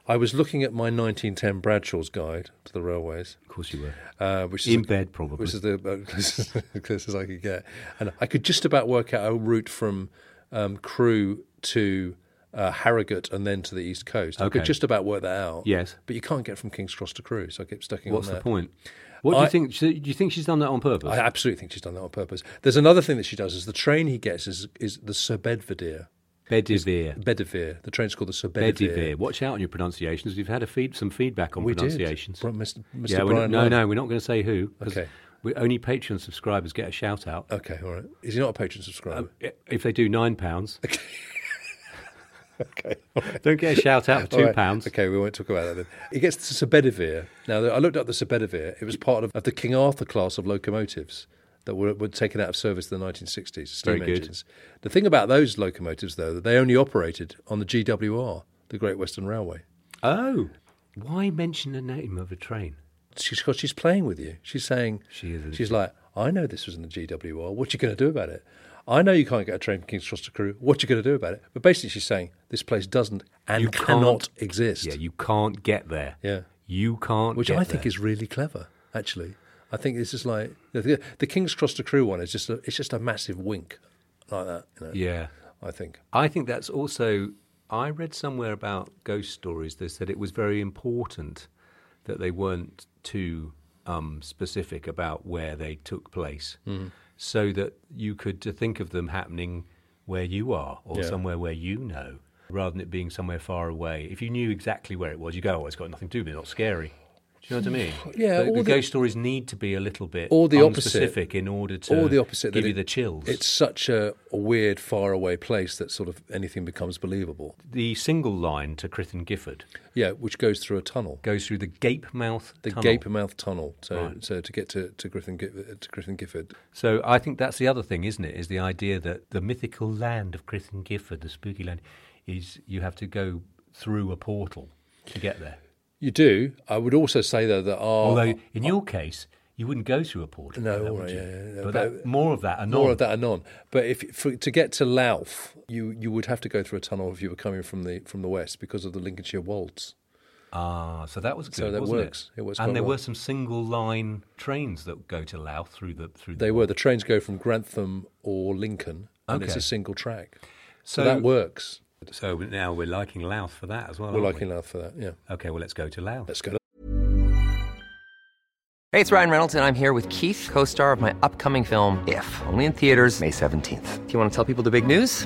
Speaker 2: I was looking at my 1910 Bradshaw's Guide to the Railways,
Speaker 7: of course you were.
Speaker 2: uh, which is
Speaker 7: In
Speaker 2: a-
Speaker 7: bed, probably.
Speaker 2: which is the uh, [laughs] closest, closest I could get, and I could just about work out a route from um, Crewe to uh, Harrogate and then to the east coast. I could
Speaker 7: Okay.
Speaker 2: just about work that out.
Speaker 7: Yes.
Speaker 2: but you can't get from King's Cross to Crewe, so I keep stucking.
Speaker 7: What's
Speaker 2: on
Speaker 7: the
Speaker 2: that.
Speaker 7: point? What do
Speaker 2: I-
Speaker 7: you think? Do you think she's done that on purpose?
Speaker 2: I absolutely think she's done that on purpose. There's another thing that she does: is the train he gets is is the Sir Bedvedere.
Speaker 7: Bedivere.
Speaker 2: Bedivere. The train's called the Sir Bedivere.
Speaker 7: Bedivere. Watch out on your pronunciations. We've had a feed, some feedback on
Speaker 2: We did.
Speaker 7: pronunciations.
Speaker 2: Bro- Mr. Mr.
Speaker 7: Yeah, we're not,
Speaker 2: Brian
Speaker 7: no,
Speaker 2: Love.
Speaker 7: no, we're not going to say who. 'cause
Speaker 2: Okay. Oh.
Speaker 7: We, only Patreon subscribers get a shout out.
Speaker 2: Okay, all right. Is he not a
Speaker 7: [laughs]
Speaker 2: patron subscriber?
Speaker 7: I- If they do nine
Speaker 2: [laughs]
Speaker 7: pounds,
Speaker 2: okay. all right.
Speaker 7: don't get a shout out of
Speaker 2: All
Speaker 7: two
Speaker 2: right.
Speaker 7: pounds.
Speaker 2: Okay, we won't talk about that then. He gets the Sir Bedivere. Now, I looked up the Sir Bedivere. It was part of, of the King Arthur class of locomotives that were, were taken out of service in the 1960s, steam
Speaker 7: Very good.
Speaker 2: engines. The thing about those locomotives, though, that they only operated on the GWR, the Great Western Railway.
Speaker 7: Oh, why mention the name of a train?
Speaker 2: she's 'cause she's playing with you. She's saying
Speaker 7: She is, isn't
Speaker 2: She's like, I know this was in the GWR. What you going to do about it? I know you can't get a train from King's Cross to Crewe. What you going to do about it? But basically, she's saying this place doesn't and
Speaker 7: You can't-
Speaker 2: cannot exist.
Speaker 7: Yeah, you can't get there.
Speaker 2: Yeah.
Speaker 7: You can't
Speaker 2: which
Speaker 7: get
Speaker 2: I think
Speaker 7: there.
Speaker 2: is really clever. Actually, I think this is like the, the King's Cross to Crewe one is just a, it's just a massive wink like that. You know,
Speaker 7: Yeah.
Speaker 2: I think.
Speaker 7: I think that's also. I read somewhere about ghost stories. They said it was very important that they weren't too um, specific about where they took place,
Speaker 2: Hmm.
Speaker 7: so that you could to think of them happening where you are or
Speaker 2: Yeah.
Speaker 7: somewhere where you know, rather than it being somewhere far away. If you knew exactly where it was, you go, "Oh, it's got nothing to do with it. Not scary." Do you know what I mean?
Speaker 2: [sighs] Yeah,
Speaker 7: the,
Speaker 2: or
Speaker 7: the
Speaker 2: the-
Speaker 7: ghost stories need to be a little bit
Speaker 2: Or the opposite.
Speaker 7: specific in order to
Speaker 2: Or the opposite. that
Speaker 7: give you
Speaker 2: it-
Speaker 7: the chills.
Speaker 2: It's such a, a weird, faraway place that sort of anything becomes believable.
Speaker 7: the single line to Crithin Gifford.
Speaker 2: Yeah, which goes through a tunnel.
Speaker 7: goes through the gape mouth
Speaker 2: the
Speaker 7: tunnel.
Speaker 2: gape mouth tunnel. So,
Speaker 7: Right.
Speaker 2: so to get to to Griffin Gif- to Griffin Gifford.
Speaker 7: So I think that's the other thing, isn't it? Is the idea that the mythical land of Chris and Gifford, the spooky land, is you have to go through a portal to get there.
Speaker 2: You do. I would also say though that our
Speaker 7: Although in your case, you wouldn't go through a portal.
Speaker 2: Oh, No,
Speaker 7: like that,
Speaker 2: all
Speaker 7: would
Speaker 2: right,
Speaker 7: you?
Speaker 2: yeah, yeah, yeah,
Speaker 7: But,
Speaker 2: but-
Speaker 7: that, more of that. Anon.
Speaker 2: more of that anon. But if for, to get to Louth, you you would have to go through a tunnel if you were coming from the from the west because of the Lincolnshire Wolds.
Speaker 7: Ah, so that was good.
Speaker 2: So that
Speaker 7: wasn't
Speaker 2: works. It works quite
Speaker 7: And there
Speaker 2: well.
Speaker 7: were some single line trains that go to Louth through the through.
Speaker 2: They
Speaker 7: the,
Speaker 2: were the trains go from Grantham or Lincoln, and it's
Speaker 7: Okay.
Speaker 2: a single track. So,
Speaker 7: So-
Speaker 2: that works.
Speaker 7: So now we're liking Louth for that as well.
Speaker 2: We're
Speaker 7: aren't
Speaker 2: liking Louth for that. Yeah,
Speaker 7: we? Okay, well let's go to Louth.
Speaker 2: let's go.
Speaker 6: Hey, it's Ryan Reynolds, and I'm here with Keith, co star of my upcoming film, If, only in theaters, May 17th. Do you want to tell people the big news?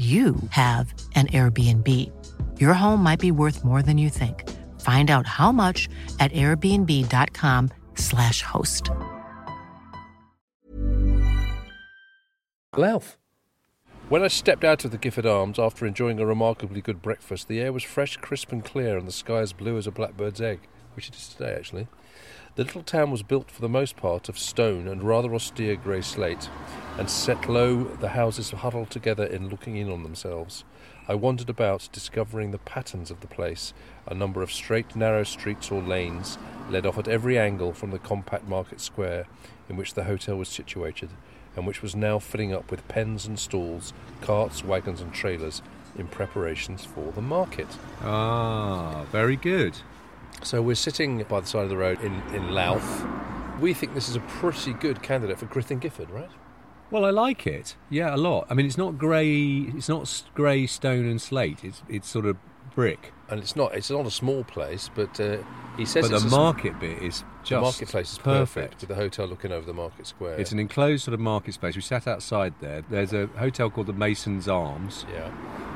Speaker 10: you have an Airbnb. Your home might be worth more than you think. Find out how much at airbnb.com/slash host.
Speaker 2: Alf. When I stepped out of the Gifford Arms after enjoying a remarkably good breakfast, the air was fresh, crisp, and clear, and the sky as blue as a blackbird's egg, which it is today actually. The little town was built for the most part of stone and rather austere grey slate, and set low, the houses huddled together in looking in on themselves. I wandered about, discovering the patterns of the place. A number of straight, narrow streets or lanes led off at every angle from the compact market square in which the hotel was situated and which was now filling up with pens and stalls, carts, wagons, and trailers in preparations for the market.
Speaker 1: Ah, very good.
Speaker 2: So we're sitting by the side of the road in, in Louth. We think this is a pretty good candidate for Grithin Gifford, right?
Speaker 1: Well, I like it. Yeah, a lot. I mean, it's not grey. It's not s- grey stone and slate. It's it's sort of brick.
Speaker 2: And it's not it's not a small place, but uh, he says
Speaker 1: But
Speaker 2: it's
Speaker 1: the
Speaker 2: a sm-
Speaker 1: market bit is
Speaker 2: the
Speaker 1: just
Speaker 2: marketplace is perfect. with the hotel looking over the market square.
Speaker 1: It's an enclosed sort of market space. We sat outside there. There's a hotel called the Mason's Arms.
Speaker 2: Yeah.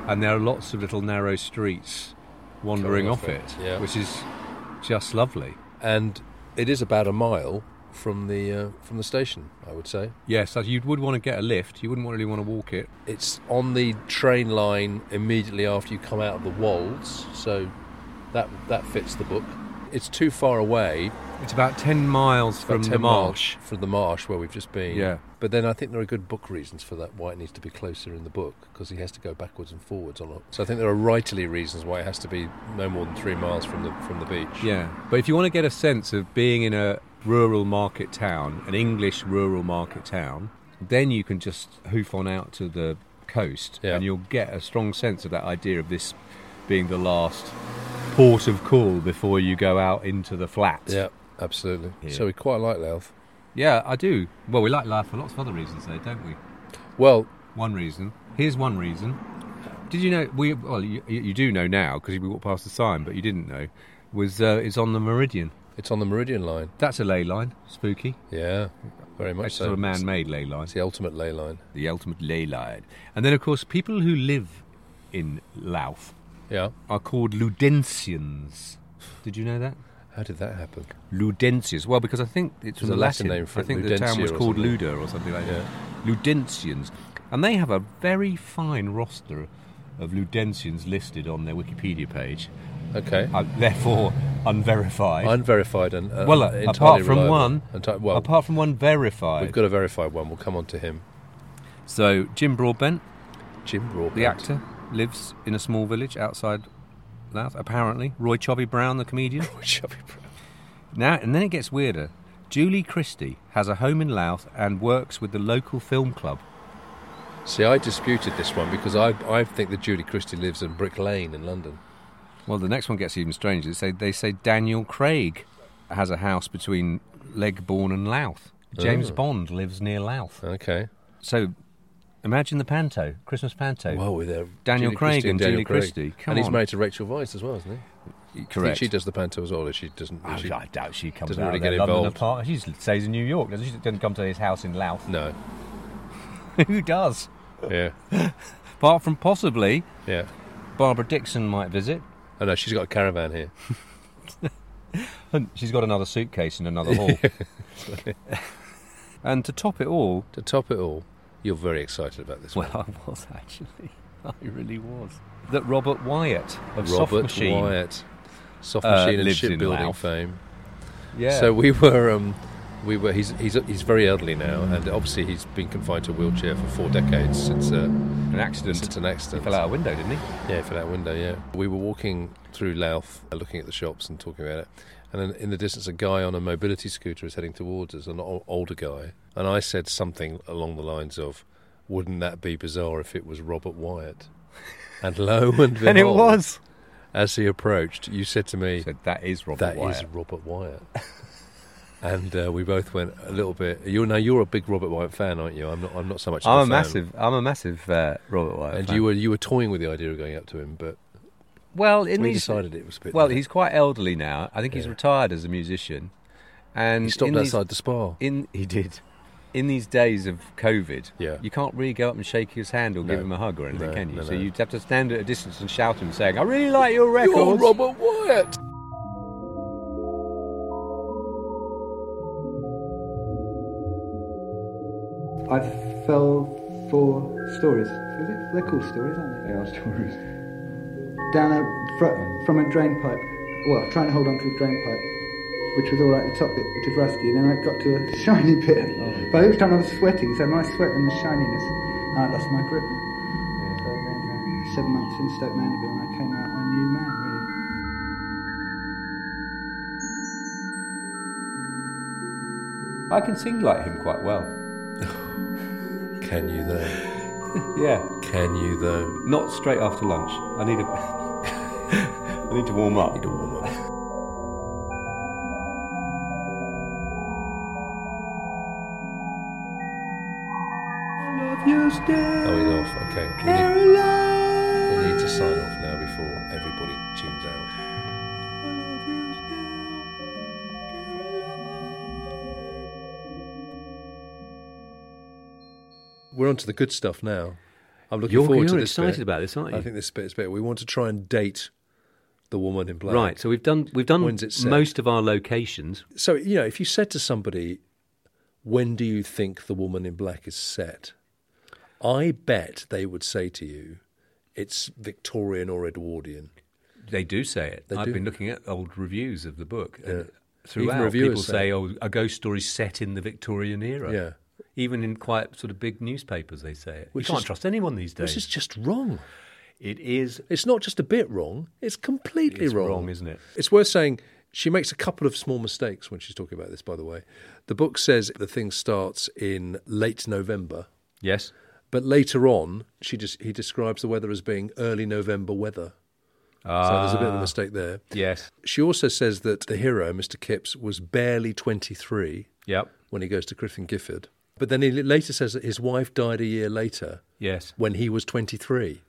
Speaker 1: And there are lots of little narrow streets wandering
Speaker 2: Coming
Speaker 1: off
Speaker 2: off
Speaker 1: it,
Speaker 2: it, yeah.
Speaker 1: which is just lovely.
Speaker 2: and it is about a mile from the uh, from the station, I would say.
Speaker 1: Yes, you would want to get a lift. You wouldn't really want to walk it.
Speaker 2: It's on the train line immediately after you come out of the Wolds, so that that fits the book. It's too far away.
Speaker 1: It's about ten miles from the marsh.
Speaker 2: from the marsh where we've just been.
Speaker 1: Yeah.
Speaker 2: but then I think there are good book reasons for that. Why it needs to be closer in the book because he has to go backwards and forwards a lot. So I think there are rightly reasons why it has to be no more than three miles from the from the beach.
Speaker 1: Yeah, but if you want to get a sense of being in a rural market town, an English rural market town, then you can just hoof on out to the coast and you'll get a strong sense of that idea of this being the last port of call before you go out into the flats.
Speaker 2: yeah, absolutely. So we quite like Louth.
Speaker 1: Yeah, I do. Well, we like life for lots of other reasons, though, don't we?
Speaker 2: Well,
Speaker 1: one reason. Here's one reason. Did you know? We well, you, you do know now because we walked past the sign, but you didn't know. Was uh, it's on the Meridian?
Speaker 2: It's on the Meridian line.
Speaker 1: That's a ley line. Spooky.
Speaker 2: Yeah, very much
Speaker 1: It's
Speaker 2: so.
Speaker 1: sort of man-made ley line.
Speaker 2: It's the ultimate ley line.
Speaker 1: The ultimate ley line. And then, of course, people who live in Louth,
Speaker 2: Yeah.
Speaker 1: are called Ludensians. Did you know that?
Speaker 2: How did that happen?
Speaker 1: Ludensians. Well, because I think it's
Speaker 2: There's
Speaker 1: from the
Speaker 2: a Latin
Speaker 1: Latin.
Speaker 2: name for
Speaker 1: I
Speaker 2: it,
Speaker 1: think the town
Speaker 2: Ludentia
Speaker 1: was
Speaker 2: or
Speaker 1: called
Speaker 2: something.
Speaker 1: Luda or something like
Speaker 2: Yeah.
Speaker 1: that. Ludensians, and they have a very fine roster of Ludensians listed on their Wikipedia page.
Speaker 2: Okay.
Speaker 1: Uh, therefore, unverified.
Speaker 2: Unverified and uh,
Speaker 1: well, uh,
Speaker 2: entirely
Speaker 1: apart from
Speaker 2: reliable.
Speaker 1: one,
Speaker 2: Enti- well,
Speaker 1: apart from one verified.
Speaker 2: we've got a verified one. We'll come on to him.
Speaker 1: So Jim Broadbent,
Speaker 2: Jim Broadbent,
Speaker 1: the
Speaker 2: [laughs]
Speaker 1: actor, lives in a small village outside Louth. Apparently, Roy Chobby Brown, the
Speaker 2: [laughs]
Speaker 1: comedian. Roy
Speaker 2: Chobby Brown.
Speaker 1: Now and then it gets weirder. Julie Christie has a home in Louth and works with the local film club.
Speaker 2: See, I disputed this one because I, I think that Julie Christie lives in Brick Lane in London.
Speaker 1: Well, the next one gets even stranger. They say, they say Daniel Craig has a house between Legbourne and Louth. James
Speaker 2: Oh.
Speaker 1: Bond lives near Louth.
Speaker 2: Okay.
Speaker 1: So imagine the panto, Christmas panto.
Speaker 2: Well, with uh,
Speaker 1: Daniel
Speaker 2: Julie
Speaker 1: Craig
Speaker 2: Christie
Speaker 1: and
Speaker 2: Daniel
Speaker 1: Julie
Speaker 2: Craig.
Speaker 1: Christie. Come
Speaker 2: and he's
Speaker 1: on.
Speaker 2: married to Rachel Weisz as well, isn't he? I think
Speaker 1: Correct.
Speaker 2: she does the panto as well. If she doesn't,
Speaker 1: Oh,
Speaker 2: she
Speaker 1: I doubt she comes
Speaker 2: doesn't
Speaker 1: out
Speaker 2: really
Speaker 1: of
Speaker 2: get
Speaker 1: their London
Speaker 2: involved.
Speaker 1: apartment. She stays in New York. doesn't She She doesn't come to his house in Louth. [laughs]
Speaker 2: No.
Speaker 1: Who does?
Speaker 2: Yeah.
Speaker 1: Apart from possibly
Speaker 2: Yeah.
Speaker 1: Barbara Dixon might visit.
Speaker 2: Oh no, she's got a caravan here.
Speaker 1: And she's got another suitcase in another
Speaker 2: [laughs]
Speaker 1: hall. [laughs] and to top it all, [laughs]
Speaker 2: to top it all, you're very excited about this.
Speaker 1: Well,
Speaker 2: one.
Speaker 1: I was actually. [laughs] I really was. That Robert Wyatt of Soft
Speaker 2: Robert
Speaker 1: Machine.
Speaker 2: Wyatt, soft
Speaker 1: uh,
Speaker 2: machine and
Speaker 1: lives in
Speaker 2: shipbuilding
Speaker 1: Louth.
Speaker 2: fame.
Speaker 1: Yeah.
Speaker 2: So we were, um, we were. He's he's he's very elderly now, and obviously he's been confined to a wheelchair for four decades since uh,
Speaker 1: an accident.
Speaker 2: Since an accident,
Speaker 1: He fell out a window, didn't he?
Speaker 2: Yeah, he fell out a window. Yeah. We were walking through Louth, uh, looking at the shops and talking about it, and then in the distance, a guy on a mobility scooter is heading towards us, an o- older guy, and I said something along the lines of, "Wouldn't that be bizarre if it was
Speaker 1: [laughs]
Speaker 2: Robert Wyatt?" And lo and behold,
Speaker 1: And it was.
Speaker 2: As he approached, you said to me,
Speaker 1: "That is Robert
Speaker 2: That is
Speaker 1: Wyatt." [laughs]
Speaker 2: Robert Wyatt." and uh, we both went a little bit. You now you're a big Robert Wyatt fan, aren't you? I'm not. I'm not so much. of
Speaker 1: I'm a
Speaker 2: fan.
Speaker 1: massive. I'm a massive uh, Robert Wyatt.
Speaker 2: And
Speaker 1: fan.
Speaker 2: you were you were toying with the idea of going up to him, but
Speaker 1: Well, in
Speaker 2: we
Speaker 1: these-
Speaker 2: decided it was a bit.
Speaker 1: Well,
Speaker 2: late.
Speaker 1: he's quite elderly now. I think he's
Speaker 2: Yeah.
Speaker 1: retired as a musician. And
Speaker 2: He stopped
Speaker 1: in these-
Speaker 2: outside the spa.
Speaker 1: In he did.
Speaker 4: in these days of COVID,
Speaker 2: Yeah.
Speaker 4: you can't really go up and shake his hand or give
Speaker 2: No.
Speaker 4: him a hug or anything,
Speaker 2: No,
Speaker 4: can you?
Speaker 2: no,
Speaker 4: so
Speaker 2: no.
Speaker 4: you'd have to stand at a distance and shout him, saying, "I really like your records."
Speaker 2: [laughs] You're Robert Wyatt.
Speaker 11: I fell for stories. Is it? They're called stories, aren't they? They are stories. Down a fr- from a drain pipe. Well, trying to hold on to a drain pipe, which was all right. The top bit, which was rusty, and then I got to a [laughs] shiny bit. By which time I was sweating, so my sweat and the shininess, and I lost my grip. So then, uh, seven months in Stoke Mandeville, and I came out a new man, really.
Speaker 4: I can sing like him quite well.
Speaker 2: Can you though?
Speaker 4: Yeah.
Speaker 2: Can you though?
Speaker 4: Not straight after lunch. I need a. [laughs] I need to warm up. Need to warm up.
Speaker 2: Love you still. Oh, he's off. Okay. We need- We need to sign off now before everybody tunes out. We're on to the good stuff now. I'm looking
Speaker 7: You're-
Speaker 2: forward to
Speaker 7: you're
Speaker 2: this.
Speaker 7: excited
Speaker 2: bit.
Speaker 7: about this, aren't you?
Speaker 2: I think this bit's better. We want to try and date the woman in black.
Speaker 7: Right. So we've done we've done
Speaker 2: When's it set?
Speaker 7: most of our locations.
Speaker 2: So, you know, if you said to somebody, when do you think the woman in black is set? I bet they would say to you, it's Victorian or Edwardian.
Speaker 7: They do say it.
Speaker 2: They
Speaker 7: I've
Speaker 2: do.
Speaker 7: been looking at old reviews of the book.
Speaker 2: Yeah.
Speaker 7: And
Speaker 2: Even
Speaker 7: throughout,
Speaker 2: reviewers
Speaker 7: people
Speaker 2: say
Speaker 7: say, "Oh, a ghost story set in the Victorian era."
Speaker 2: Yeah.
Speaker 7: Even in quite sort of big newspapers, they say it.
Speaker 2: Which
Speaker 7: you can't
Speaker 2: is-
Speaker 7: trust anyone these days.
Speaker 2: This is just wrong.
Speaker 7: it is
Speaker 2: It's not just a bit wrong, it's completely
Speaker 7: it's
Speaker 2: wrong.
Speaker 7: isn't it?
Speaker 2: It's worth saying she makes a couple of small mistakes when she's talking about this, by the way. The book says the thing starts in late November,
Speaker 7: Yes.
Speaker 2: but later on, she just, he describes the weather as being early November weather. so there's a bit of a
Speaker 7: Ah.
Speaker 2: mistake there.
Speaker 7: Yes.
Speaker 2: She also says that the hero, Mr. Kipps, was barely 23
Speaker 7: Yep.
Speaker 2: when he goes to Griffin Gifford. But then he l- later says that his wife died a year later
Speaker 7: Yes.
Speaker 2: when he was 23.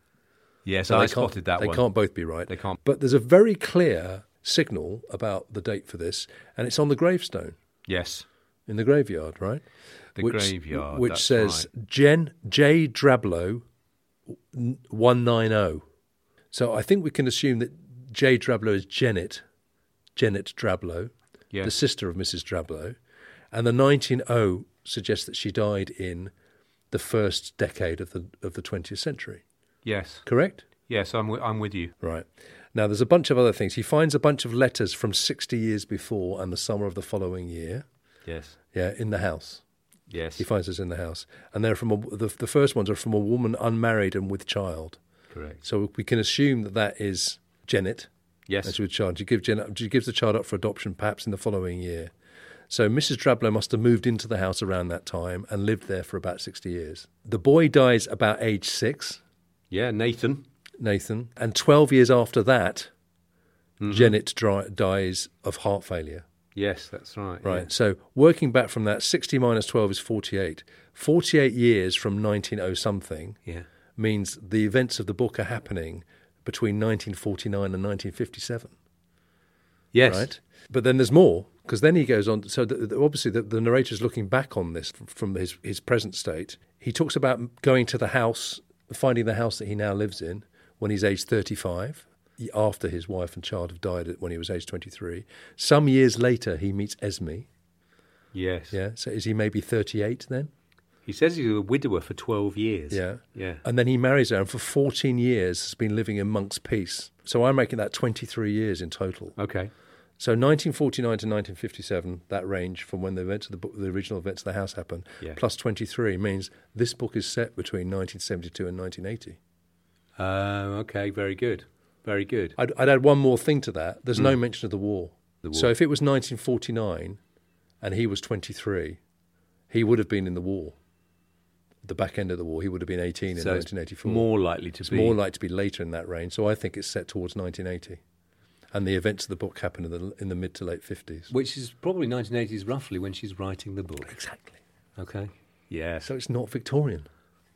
Speaker 7: Yes.
Speaker 2: So
Speaker 7: I
Speaker 2: they can't-
Speaker 7: spotted that
Speaker 2: They
Speaker 7: one.
Speaker 2: can't both be right.
Speaker 7: They can't.
Speaker 2: But there's a very clear signal about the date for this, and it's on the gravestone
Speaker 7: Yes.
Speaker 2: in the graveyard, right?
Speaker 7: The graveyard,
Speaker 2: Which
Speaker 7: that's
Speaker 2: says Jen J Drablow n- 190. So I think we can assume that J Drablow is Janet, Janet Drablow, the
Speaker 7: Yes.
Speaker 2: sister of Mrs. Drablow. And the 190 suggests that she died in the first decade of the of the 20th century.
Speaker 7: Yes.
Speaker 2: Correct?
Speaker 7: Yes. I'm wi- I'm with you.
Speaker 2: Right. Now, there's a bunch of other things. He finds a bunch of letters from 60 years before and the summer of the following year.
Speaker 7: Yes.
Speaker 2: Yeah, in the house.
Speaker 7: Yes.
Speaker 2: He finds us in the house. And they're from a, the, the first ones are from a woman unmarried and with child.
Speaker 7: Correct.
Speaker 2: So we can assume that that is Janet.
Speaker 7: Yes.
Speaker 2: As with child. She gives, Janet, she gives the child up for adoption perhaps in the following year. So Mrs. Drablow must have moved into the house around that time and lived there for about 60 years. The boy dies about age six.
Speaker 7: Yeah. Nathan.
Speaker 2: Nathan. And 12 years after that, Janet dri dies of heart failure.
Speaker 7: Yes. That's right.
Speaker 2: Right. So working back from that, 60 minus 12 is 48. 48 years from 190 something
Speaker 7: Yeah. yeah.
Speaker 2: means the events of the book are happening between 1949 and 1957.
Speaker 7: Yes.
Speaker 2: Right. But then there's more because then he goes on. So the, the, obviously the, the narrator's looking back on this f- from his, his present state. He talks about going to the house, finding the house that he now lives in when he's aged 35, y- after his wife and child have died at- when he was aged 23. Some years later, he meets Esme.
Speaker 7: Yes.
Speaker 2: Yeah. So is he maybe 38 then?
Speaker 7: He says he's a widower for 12 years.
Speaker 2: Yeah.
Speaker 7: Yeah.
Speaker 2: And then he marries her and for 14 years has been living in Monk's Peace. So I'm making that 23 years in total.
Speaker 7: Okay.
Speaker 2: So 1949 to 1957, that range from when the events of the book, the original events of the house happened,
Speaker 7: Yeah.
Speaker 2: plus 23 means this book is set between 1972 and 1980.
Speaker 7: Um, okay. Very good. Very good.
Speaker 2: I'd, I'd add one more thing to that. There's no mention of the war.
Speaker 7: Hmm. The
Speaker 2: So
Speaker 7: war.
Speaker 2: if it was 1949 and he was 23, he would have been in the war. The back end of the war, he would have been 18 in
Speaker 7: So it's
Speaker 2: 1984.
Speaker 7: more likely to
Speaker 2: It's
Speaker 7: be-
Speaker 2: more likely to be later in that range. So I think it's set towards 1980, and the events of the book happen in the in the mid to late 50s.
Speaker 7: Which is probably 1980s roughly when she's writing the book.
Speaker 2: Exactly.
Speaker 7: Okay. Yeah.
Speaker 2: So it's not Victorian.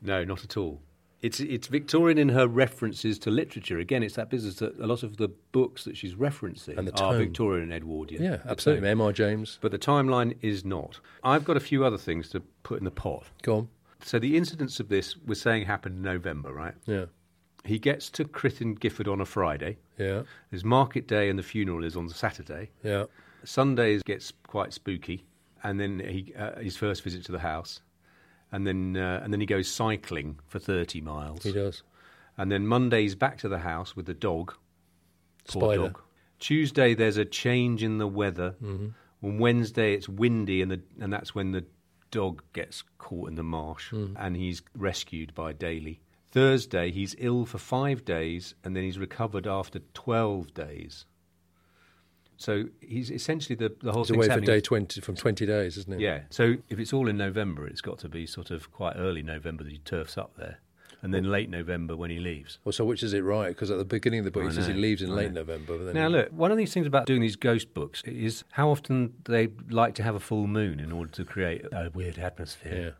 Speaker 7: No, not at all.
Speaker 2: It's it's Victorian in her references to literature. Again, it's that business that a lot of the books that she's referencing
Speaker 5: And the
Speaker 2: are
Speaker 5: tone.
Speaker 2: Victorian and Edwardian.
Speaker 5: Yeah, absolutely. M.R. James.
Speaker 2: But the timeline is not. I've got a few other things to put in the pot.
Speaker 5: Go on.
Speaker 2: So the incidents of this we're saying happened in November, right?
Speaker 5: Yeah.
Speaker 2: He gets to Crichton Gifford on a Friday.
Speaker 5: Yeah.
Speaker 2: There's market day and the funeral is on the Saturday.
Speaker 5: Yeah.
Speaker 2: Sundays gets quite spooky, and then he uh, his first visit to the house, and then uh, and then he goes cycling for thirty miles.
Speaker 5: He does.
Speaker 2: and then Monday's back to the house with the dog. Poor
Speaker 5: Spider.
Speaker 2: dog. Tuesday there's a change in the weather.
Speaker 5: Mhm.
Speaker 2: On Wednesday it's windy, and the and that's when the dog gets caught in the marsh,
Speaker 5: Mm.
Speaker 2: and he's rescued by Daly. Thursday he's ill for five days, and then he's recovered after twelve days. So he's essentially the the whole
Speaker 5: He's
Speaker 2: thing's
Speaker 5: away for
Speaker 2: happening-
Speaker 5: day twenty from twenty days, isn't it?
Speaker 2: yeah. So if it's all in November, it's got to be sort of quite early November that he turfs up there, and then late November when he leaves.
Speaker 5: Well, so which is it right? Because at the beginning of the book,
Speaker 2: I
Speaker 5: he says he
Speaker 2: know,
Speaker 5: leaves in
Speaker 2: I
Speaker 5: late
Speaker 2: know.
Speaker 5: November. But then
Speaker 2: Now,
Speaker 5: he-
Speaker 2: look, one of these things about doing these ghost books is how often they like to have a full moon in order to create a weird atmosphere.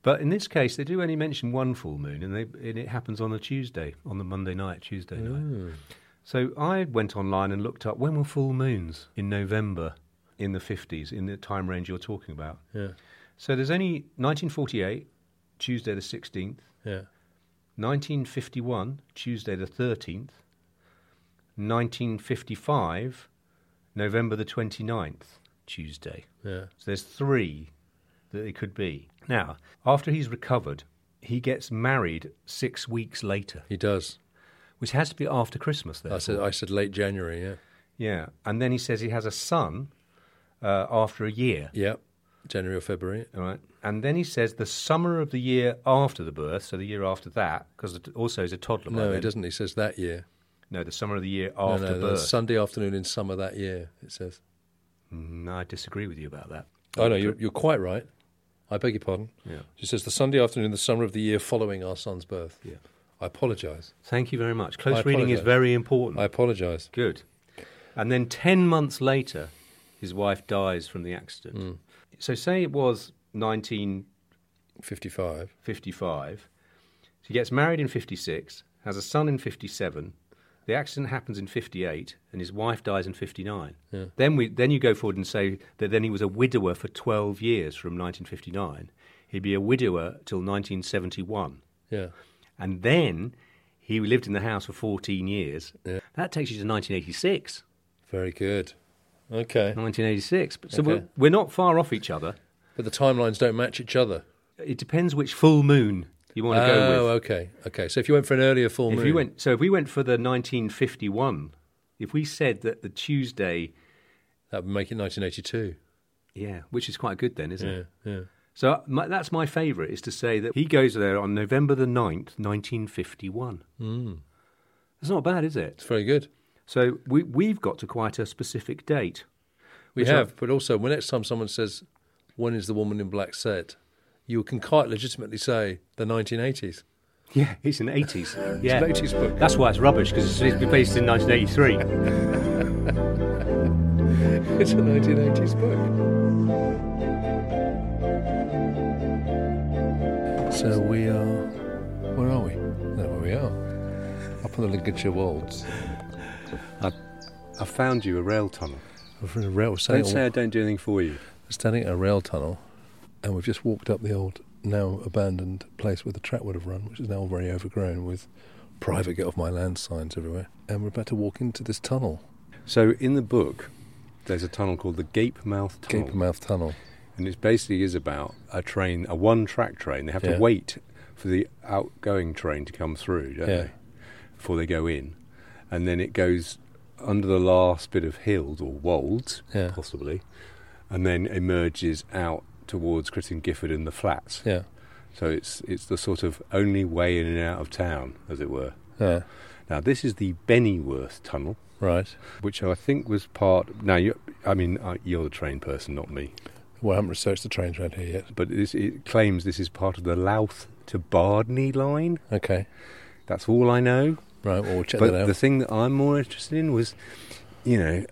Speaker 2: But in this case, they do only mention one full moon, and, they, and it happens on a Tuesday, on the Monday night, Tuesday
Speaker 5: Mm.
Speaker 2: night. So I went online and looked up when were full moons in November in the 50s, in the time range you're talking about.
Speaker 5: Yeah.
Speaker 2: So there's only 1948, Tuesday the 16th,
Speaker 5: Yeah.
Speaker 2: 1951, Tuesday the 13th, 1955, November the 29th, Tuesday.
Speaker 5: Yeah.
Speaker 2: So there's three that it could be. Now, after he's recovered, he gets married six weeks later.
Speaker 5: He does.
Speaker 2: Which has to be after Christmas, then.
Speaker 5: I said I said late January. Yeah.
Speaker 2: Yeah. And then he says he has a son uh, after a year.
Speaker 5: Yeah. January or February.
Speaker 2: All right. And then he says the summer of the year after the birth, so the year after that, because also he's a toddler. by
Speaker 5: No, he
Speaker 2: then.
Speaker 5: doesn't. He says that year.
Speaker 2: No, the summer of the year
Speaker 5: No,
Speaker 2: after
Speaker 5: no, the
Speaker 2: birth.
Speaker 5: Sunday afternoon in summer that year. It says.
Speaker 2: Mm, I disagree with you about that.
Speaker 5: Oh no, you're, you're quite right. I beg your pardon.
Speaker 2: Yeah.
Speaker 5: She says the Sunday afternoon in the summer of the year following our son's birth.
Speaker 2: Yeah.
Speaker 5: I apologise.
Speaker 2: Thank you very much.
Speaker 5: I
Speaker 2: Close reading is
Speaker 5: apologise.
Speaker 2: very important.
Speaker 5: I apologise.
Speaker 2: Good. And then 10 months later, his wife dies from the accident. So, say it was 1955.
Speaker 5: 55.
Speaker 2: She gets married in 56, has a son in 57. The accident happens in 58, and his wife dies in 59.
Speaker 5: Yeah.
Speaker 2: Then, we, then you go forward and say that then he was a widower for 12 years from 1959. He'd be a widower till 1971
Speaker 5: Yeah.
Speaker 2: and then he lived in the house for 14 years.
Speaker 5: Yeah.
Speaker 2: That takes you to 1986.
Speaker 5: Very good. Okay.
Speaker 2: 1986. So
Speaker 5: Okay.
Speaker 2: we're, we're not far off each other.
Speaker 5: But the timelines don't match each other.
Speaker 2: It depends which full moon you want to
Speaker 5: Oh,
Speaker 2: go with.
Speaker 5: okay. Okay. So if you went for an earlier full
Speaker 2: If
Speaker 5: moon.
Speaker 2: you went, so if we went for the 1951, if we said that the Tuesday,
Speaker 5: That would make it 1982.
Speaker 2: yeah, which is quite good then, isn't
Speaker 5: Yeah.
Speaker 2: it?
Speaker 5: Yeah.
Speaker 2: So my, that's my favourite is to say that he goes there on November the 9th, 1951.
Speaker 5: Mm.
Speaker 2: It's not bad, is it?
Speaker 5: It's very good.
Speaker 2: So we, we've got to quite a specific date.
Speaker 5: We
Speaker 2: Which I-
Speaker 5: have, but also when next time someone says, "When is the woman in black set?" You can quite legitimately say the 1980s.
Speaker 2: Yeah, [laughs] it's an
Speaker 6: Uh,
Speaker 2: 80s. Yeah.
Speaker 5: an 80s book. [laughs]
Speaker 2: That's why it's rubbish, because it's been based in 1983.
Speaker 5: It's a 1980s book. So we are. Where are we? No, where we are. Up on the Lincolnshire Wolds.
Speaker 2: I found you a rail tunnel.
Speaker 5: We're in a rail
Speaker 6: Don't
Speaker 5: standing,
Speaker 2: uh,
Speaker 6: say I don't do anything for you.
Speaker 5: standing at a rail tunnel, and we've just walked up the old, now abandoned place where the track would have run, which is now very overgrown with private get off my land signs everywhere. And we're about to walk into this tunnel,
Speaker 6: So in the book, there's a tunnel called the Gape Mouth Tunnel,
Speaker 5: Gape Mouth Tunnel.
Speaker 6: and it basically is about a train, a one-track train. They have
Speaker 5: Yeah.
Speaker 6: to wait for the outgoing train to come through, don't
Speaker 5: Yeah.
Speaker 6: they? Before they go in, and then it goes under the last bit of hills or wolds,
Speaker 5: Yeah.
Speaker 6: possibly, and then emerges out towards Crichton Gifford and the flats.
Speaker 5: Yeah,
Speaker 6: So it's it's the sort of only way in and out of town, as it were.
Speaker 5: yeah,
Speaker 6: Now this is the Bennyworth Tunnel
Speaker 5: right.
Speaker 6: which I think was part. Now, you, I mean, I- you're the train person, not me,
Speaker 5: Well, I haven't researched the trains around here yet.
Speaker 6: but this, it claims this is part of the Louth to Bardney line.
Speaker 5: Okay,
Speaker 6: That's all I know.
Speaker 5: right. Well, we'll check
Speaker 6: but
Speaker 5: that out.
Speaker 6: the thing that I'm more interested in was, you know,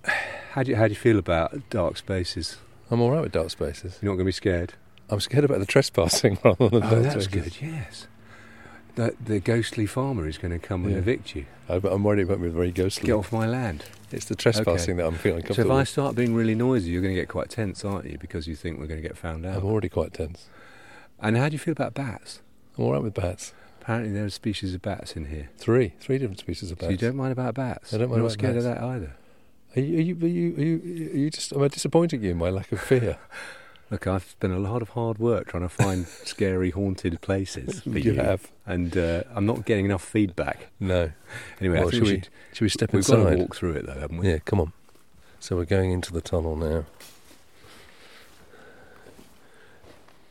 Speaker 6: how do you, how do you feel about dark spaces?
Speaker 5: I'm all right with dark spaces.
Speaker 6: You're not going to be scared.
Speaker 5: I'm scared about the trespassing [laughs] rather than the
Speaker 6: oh,
Speaker 5: dark
Speaker 6: that's
Speaker 5: spaces.
Speaker 6: good. Yes.
Speaker 2: that the ghostly farmer is going to come and
Speaker 7: Yeah.
Speaker 2: evict you.
Speaker 5: Uh,
Speaker 7: I, I'm worried it won't be very ghostly.
Speaker 2: Get off my land.
Speaker 7: It's the trespassing that I'm feeling
Speaker 2: So if
Speaker 7: uncomfortable
Speaker 2: I
Speaker 7: with.
Speaker 2: start being really noisy, you're going to get quite tense, aren't you? Because you think we're going to get found out. I'm
Speaker 7: already quite tense.
Speaker 2: And how do you feel about bats?
Speaker 7: I'm all right with bats.
Speaker 2: Apparently, there are species of bats in here.
Speaker 7: Three, three different species of
Speaker 2: So
Speaker 7: bats.
Speaker 2: you don't mind about bats?
Speaker 7: I don't mind
Speaker 2: You're not
Speaker 7: about
Speaker 2: scared of
Speaker 7: bats.
Speaker 2: that either.
Speaker 7: Are you? Are you? Are you? Are you, are you just? Am I disappointing you in my lack of
Speaker 2: [laughs]
Speaker 7: fear?
Speaker 2: Look, I've spent a lot of hard work trying
Speaker 7: [laughs]
Speaker 2: to find scary, haunted places for
Speaker 7: You
Speaker 2: you.
Speaker 7: have.
Speaker 2: and uh, I'm not getting enough feedback.
Speaker 7: No.
Speaker 2: Anyway,
Speaker 7: Well,
Speaker 2: I think
Speaker 7: should
Speaker 2: we
Speaker 7: we-
Speaker 2: should,
Speaker 7: should we step
Speaker 2: we've We've got
Speaker 7: inside?
Speaker 2: to walk through it, though, haven't we?
Speaker 7: Yeah, come on. So we're going into the tunnel now.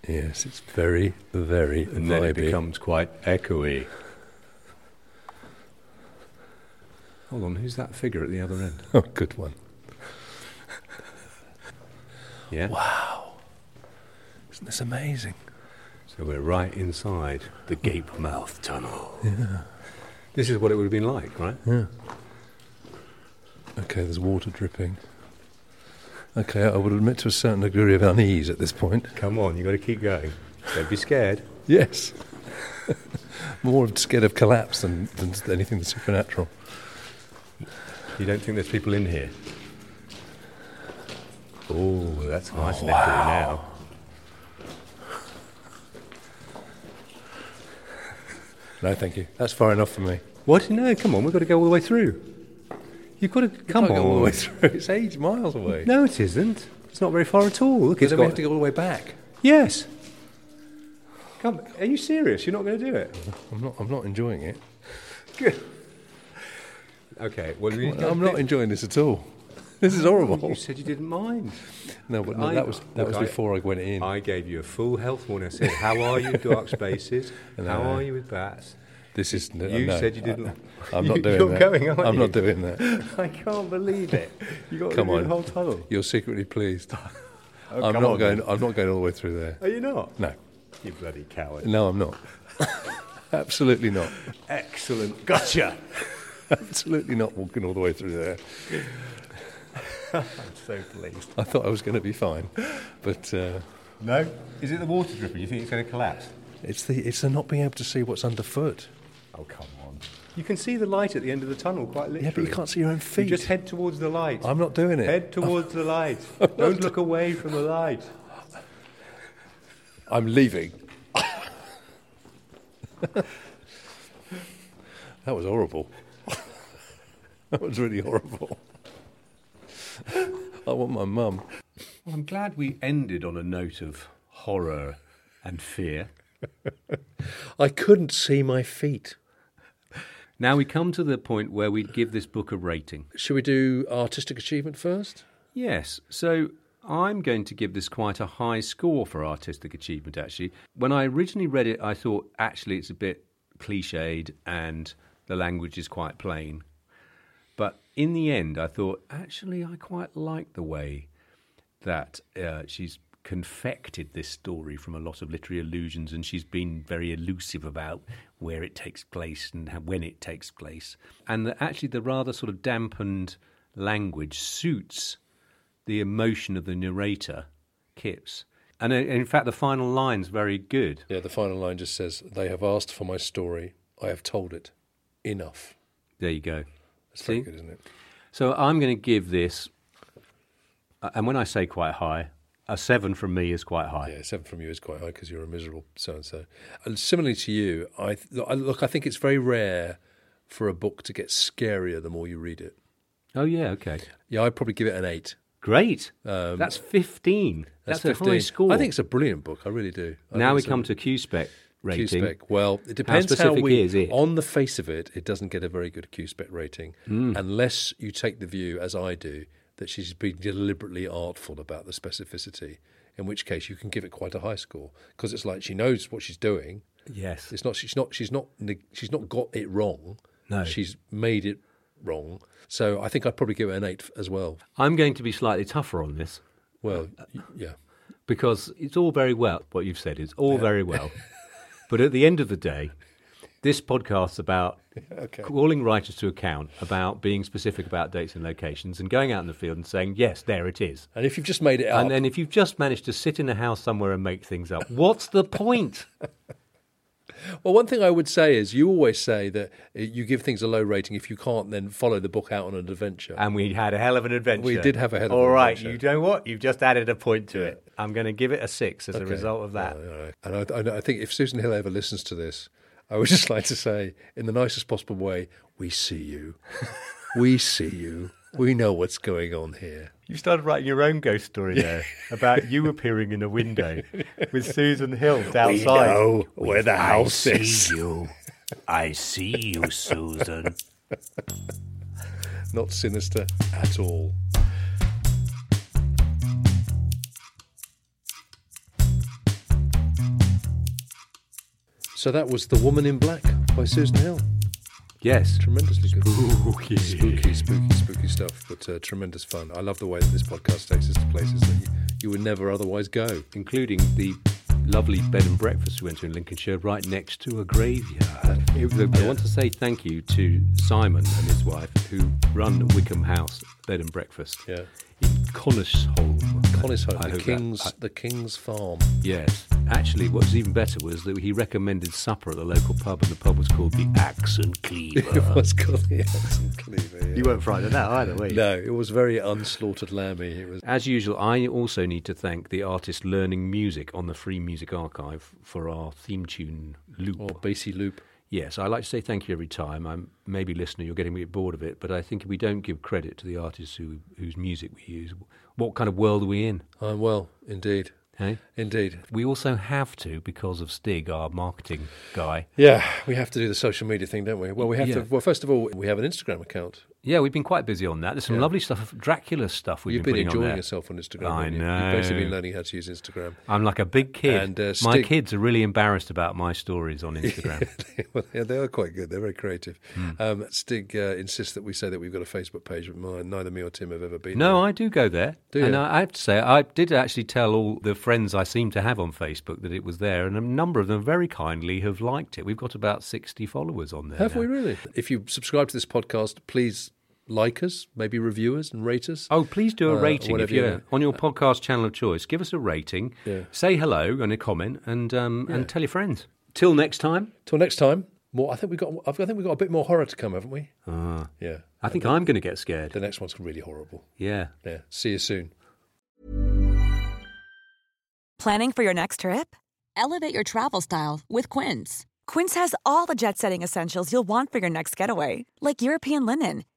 Speaker 7: Yes, it's very, very
Speaker 2: And then it
Speaker 7: vibey.
Speaker 2: becomes quite echoey. Hold on, who's that figure at the other end?
Speaker 7: Oh, good one.
Speaker 2: Yeah.
Speaker 7: Wow. Isn't this amazing?
Speaker 2: So we're right inside the gape mouth tunnel.
Speaker 7: Yeah.
Speaker 2: This is what it would have been like, right?
Speaker 7: Yeah. Okay, there's water dripping. Okay, I would admit to a certain degree of unease at this point. [laughs]
Speaker 2: Come on, you've got to keep going. Don't be scared.
Speaker 7: Yes. [laughs] More scared of collapse than, than anything that's supernatural.
Speaker 2: You don't think there's people in here? Oh, that's nice and echoey now.
Speaker 7: No, thank you. That's far enough for me.
Speaker 2: What? No, come on, we've got to go all the way through. You've got to come
Speaker 7: can't
Speaker 2: on.
Speaker 7: go all the way through. It's eight miles away.
Speaker 2: No, it isn't. It's not very far at all. Look,
Speaker 7: Because
Speaker 2: it's
Speaker 7: then we
Speaker 2: got...
Speaker 7: have to go all the way back.
Speaker 2: Yes. Come, are you serious? You're not going to do it?
Speaker 7: I'm not. I'm not enjoying it.
Speaker 2: Good. Okay, well, we need to-
Speaker 7: I'm not enjoying this at all. [laughs] This is [laughs] horrible.
Speaker 2: You said you didn't mind.
Speaker 7: No, but no,
Speaker 2: I-
Speaker 7: that was that
Speaker 2: look,
Speaker 7: was
Speaker 2: I-
Speaker 7: before I went in.
Speaker 2: I gave you a full health warning. I said, How are you, [laughs] dark spaces?
Speaker 7: No.
Speaker 2: How are you with bats?
Speaker 7: This is. n-
Speaker 2: You
Speaker 7: no,
Speaker 2: said you
Speaker 7: I-
Speaker 2: didn't.
Speaker 7: [laughs] I'm not
Speaker 2: You-
Speaker 7: doing
Speaker 2: [laughs] you're
Speaker 7: that.
Speaker 2: going, aren't
Speaker 7: I'm
Speaker 2: you?
Speaker 7: not doing
Speaker 2: [laughs]
Speaker 7: that.
Speaker 2: [laughs] I can't believe it. You got
Speaker 7: Come
Speaker 2: to do the
Speaker 7: on.
Speaker 2: whole tunnel.
Speaker 7: You're secretly pleased.
Speaker 2: [laughs] Oh,
Speaker 7: I'm
Speaker 2: come
Speaker 7: not
Speaker 2: on,
Speaker 7: going.
Speaker 2: then.
Speaker 7: I'm not going all the way through there.
Speaker 2: Are you not?
Speaker 7: No,
Speaker 2: You bloody coward.
Speaker 7: no, I'm not. [laughs] Absolutely not. [laughs]
Speaker 2: Excellent. Gotcha.
Speaker 7: Absolutely not walking all the way through there.
Speaker 2: I'm so pleased.
Speaker 7: I thought I was going to be fine, but uh,
Speaker 2: No? Is it the water dripping? You think it's going to collapse?
Speaker 7: it's the it's the not being able to see what's underfoot.
Speaker 2: Oh, come on. You can see the light at the end of the tunnel, quite literally.
Speaker 7: Yeah, but you can't see your own feet.
Speaker 2: You just head towards the light.
Speaker 7: I'm not doing it.
Speaker 2: Head towards the [laughs] light. Don't look away from the light.
Speaker 7: I'm leaving. that was horrible. that was really horrible. I want my mum.
Speaker 2: Well, I'm glad we ended on a note of horror and fear.
Speaker 7: I couldn't see my feet.
Speaker 2: Now we come to the point where we give this book a rating.
Speaker 7: Should we do artistic achievement first?
Speaker 2: Yes, so I'm going to give this quite a high score for artistic achievement, actually. When I originally read it, I thought actually it's a bit cliched and the language is quite plain. But in the end, I thought actually I quite like the way that uh, she's confected this story from a lot of literary allusions, and she's been very elusive about where it takes place and how, when it takes place. And that actually, the rather sort of dampened language suits the emotion of the narrator, Kipps. And uh, in fact, the final line's very good.
Speaker 7: Yeah, the final line just says, They have asked for my story. I have told it. Enough.
Speaker 2: There you go.
Speaker 7: That's very
Speaker 2: See?
Speaker 7: good, isn't it?
Speaker 2: So I'm going to give this, uh, and when I say quite high, a seven from me is quite high.
Speaker 7: Yeah, seven from you is quite high because you're a miserable so and so. And similarly to you, I, th- I look. I think it's very rare for a book to get scarier the more you read it.
Speaker 2: Oh, yeah, okay.
Speaker 7: Yeah, I'd probably give it an eight.
Speaker 2: Great. that's 15. That's, a high
Speaker 7: 15.
Speaker 2: score.
Speaker 7: I think it's a brilliant book. I really do. I
Speaker 2: now
Speaker 7: think
Speaker 2: we
Speaker 7: it's a
Speaker 2: come to Q-spec rating.
Speaker 7: Q-spec. Well, it depends how,
Speaker 2: how specific
Speaker 7: we.
Speaker 2: is it?
Speaker 7: On the face of it, it doesn't get a very good Q-spec rating
Speaker 2: Hmm.
Speaker 7: unless you take the view, as I do, that she's been deliberately artful about the specificity. In which case, you can give it quite a high score because it's like she knows what she's doing.
Speaker 2: Yes.
Speaker 7: It's not. She's not. She's not. neg- She's not got it wrong.
Speaker 2: No.
Speaker 7: She's made it wrong. So I think I'd probably give it an eight f- as well.
Speaker 2: I'm going to be slightly tougher on this
Speaker 7: Well, y- yeah.
Speaker 2: because it's all very well what you've said. It's all
Speaker 7: [laughs]
Speaker 2: very well, but at the end of the day, this podcast's
Speaker 7: [laughs]
Speaker 2: about calling writers to account about being specific about dates and locations and going out in the field and saying, "Yes, there it is."
Speaker 7: And if you've just made it up,
Speaker 2: And then if you've just managed to sit in a house somewhere and make things up, what's the point?
Speaker 7: Well, one thing I would say is you always say that uh, you give things a low rating if you can't then follow the book out on an adventure.
Speaker 5: And we had a hell of an adventure.
Speaker 7: We did have a hell of an
Speaker 5: All right,
Speaker 7: adventure.
Speaker 5: you know what? You've just added a point to it. I'm going to give it a six as a
Speaker 7: Okay.
Speaker 5: result of that.
Speaker 7: All right. And I- I, know- I think if Susan Hill ever listens to this, I would [laughs] just like to say, in the nicest possible way, we see you. we see you. We know what's going on here.
Speaker 5: You started writing your own ghost story
Speaker 7: [laughs]
Speaker 5: there about you appearing in a window with Susan Hill outside.
Speaker 7: know where the house
Speaker 1: I
Speaker 7: is.
Speaker 1: see you. I see you, Susan.
Speaker 7: Not sinister at all. So that was The Woman in Black by Susan Hill.
Speaker 2: Yes.
Speaker 7: Tremendously good. Spooky. Spooky, spooky, spooky stuff, but uh, tremendous fun. I love the way that this podcast takes us to places that you, you would never otherwise go.
Speaker 2: including the lovely bed and breakfast we went to in Lincolnshire, right next to a graveyard. It was a- I want to say thank you to Simon and his wife who run Wickham House Bed and Breakfast yeah. in Conisholm.
Speaker 7: Conisholm,
Speaker 2: I
Speaker 7: the
Speaker 2: hope that-
Speaker 7: King's,
Speaker 2: I-
Speaker 7: the King's
Speaker 2: [laughs]
Speaker 7: Farm.
Speaker 2: Yes. Actually, what was even better was that he recommended supper at the local pub, and the pub was called the Axe and Cleaver. [laughs]
Speaker 7: It was called [laughs] the Axe and Cleaver. yeah.
Speaker 2: Uh-huh. You weren't frightened of that either, were you?
Speaker 7: No, it was very unslaughtered lammy. It was
Speaker 2: As usual, I also need to thank the artist Learning Music on the Free Music Archive for our theme tune loop. Or
Speaker 7: bassy oh, loop.
Speaker 2: Yes, I like to say thank you every time. I'm maybe listener, you're getting a bit bored of it, but I think if we don't give credit to the artists who, whose music we use, what kind of world are we in?
Speaker 7: I'm well, indeed.
Speaker 2: Hey?
Speaker 7: Indeed.
Speaker 2: We also have to because of Stig, our marketing guy.
Speaker 7: Yeah, we have to do the social media thing, don't we? Well, we have
Speaker 2: Yeah.
Speaker 7: to. Well, first of all, we have an Instagram account.
Speaker 2: Yeah, we've been quite busy on that. There's some
Speaker 7: Yeah.
Speaker 2: lovely stuff, Dracula stuff. We've
Speaker 7: You've been,
Speaker 2: putting on
Speaker 7: enjoying
Speaker 2: there.
Speaker 7: yourself on Instagram.
Speaker 2: I
Speaker 7: haven't you?
Speaker 2: know.
Speaker 7: You've basically been learning how to use
Speaker 2: [laughs]
Speaker 7: Instagram.
Speaker 2: I'm like a big kid.
Speaker 7: And, uh,
Speaker 2: my
Speaker 7: Stig-
Speaker 2: kids are really embarrassed about my stories on
Speaker 7: [laughs]
Speaker 2: Instagram.
Speaker 7: well, yeah, they are quite good. They're very creative.
Speaker 2: Hmm.
Speaker 7: Um, Stig uh, insists that we say that we've got a Facebook page, but mine- neither me or Tim have ever been.
Speaker 2: no, I do go there.
Speaker 7: Do you?
Speaker 2: And I, I have to say, I did actually tell all the friends I seem to have on Facebook that it was there, and a number of them very kindly have liked it. We've got about 60 followers on there.
Speaker 7: Have
Speaker 2: now.
Speaker 7: we really? If you subscribe to this podcast, please like us, maybe review us and rate us.
Speaker 2: Oh, please do a
Speaker 7: Uh,
Speaker 2: rating if
Speaker 7: whatever
Speaker 2: you're
Speaker 7: do.
Speaker 2: on your podcast channel of choice. Give us a rating,
Speaker 7: Yeah.
Speaker 2: say hello and a comment, and um,
Speaker 7: Yeah.
Speaker 2: and tell your friends. Till next time.
Speaker 7: Till next time. More. I think we got. I think we got a bit more horror to come, haven't we?
Speaker 2: Ah.
Speaker 7: Yeah.
Speaker 2: I think I'm going to get scared.
Speaker 7: The next one's really horrible.
Speaker 2: Yeah.
Speaker 7: Yeah. See you soon.
Speaker 12: Planning for your next trip? Elevate your travel style with Quince. Quince has all the jet setting essentials you'll want for your next getaway, like European linen,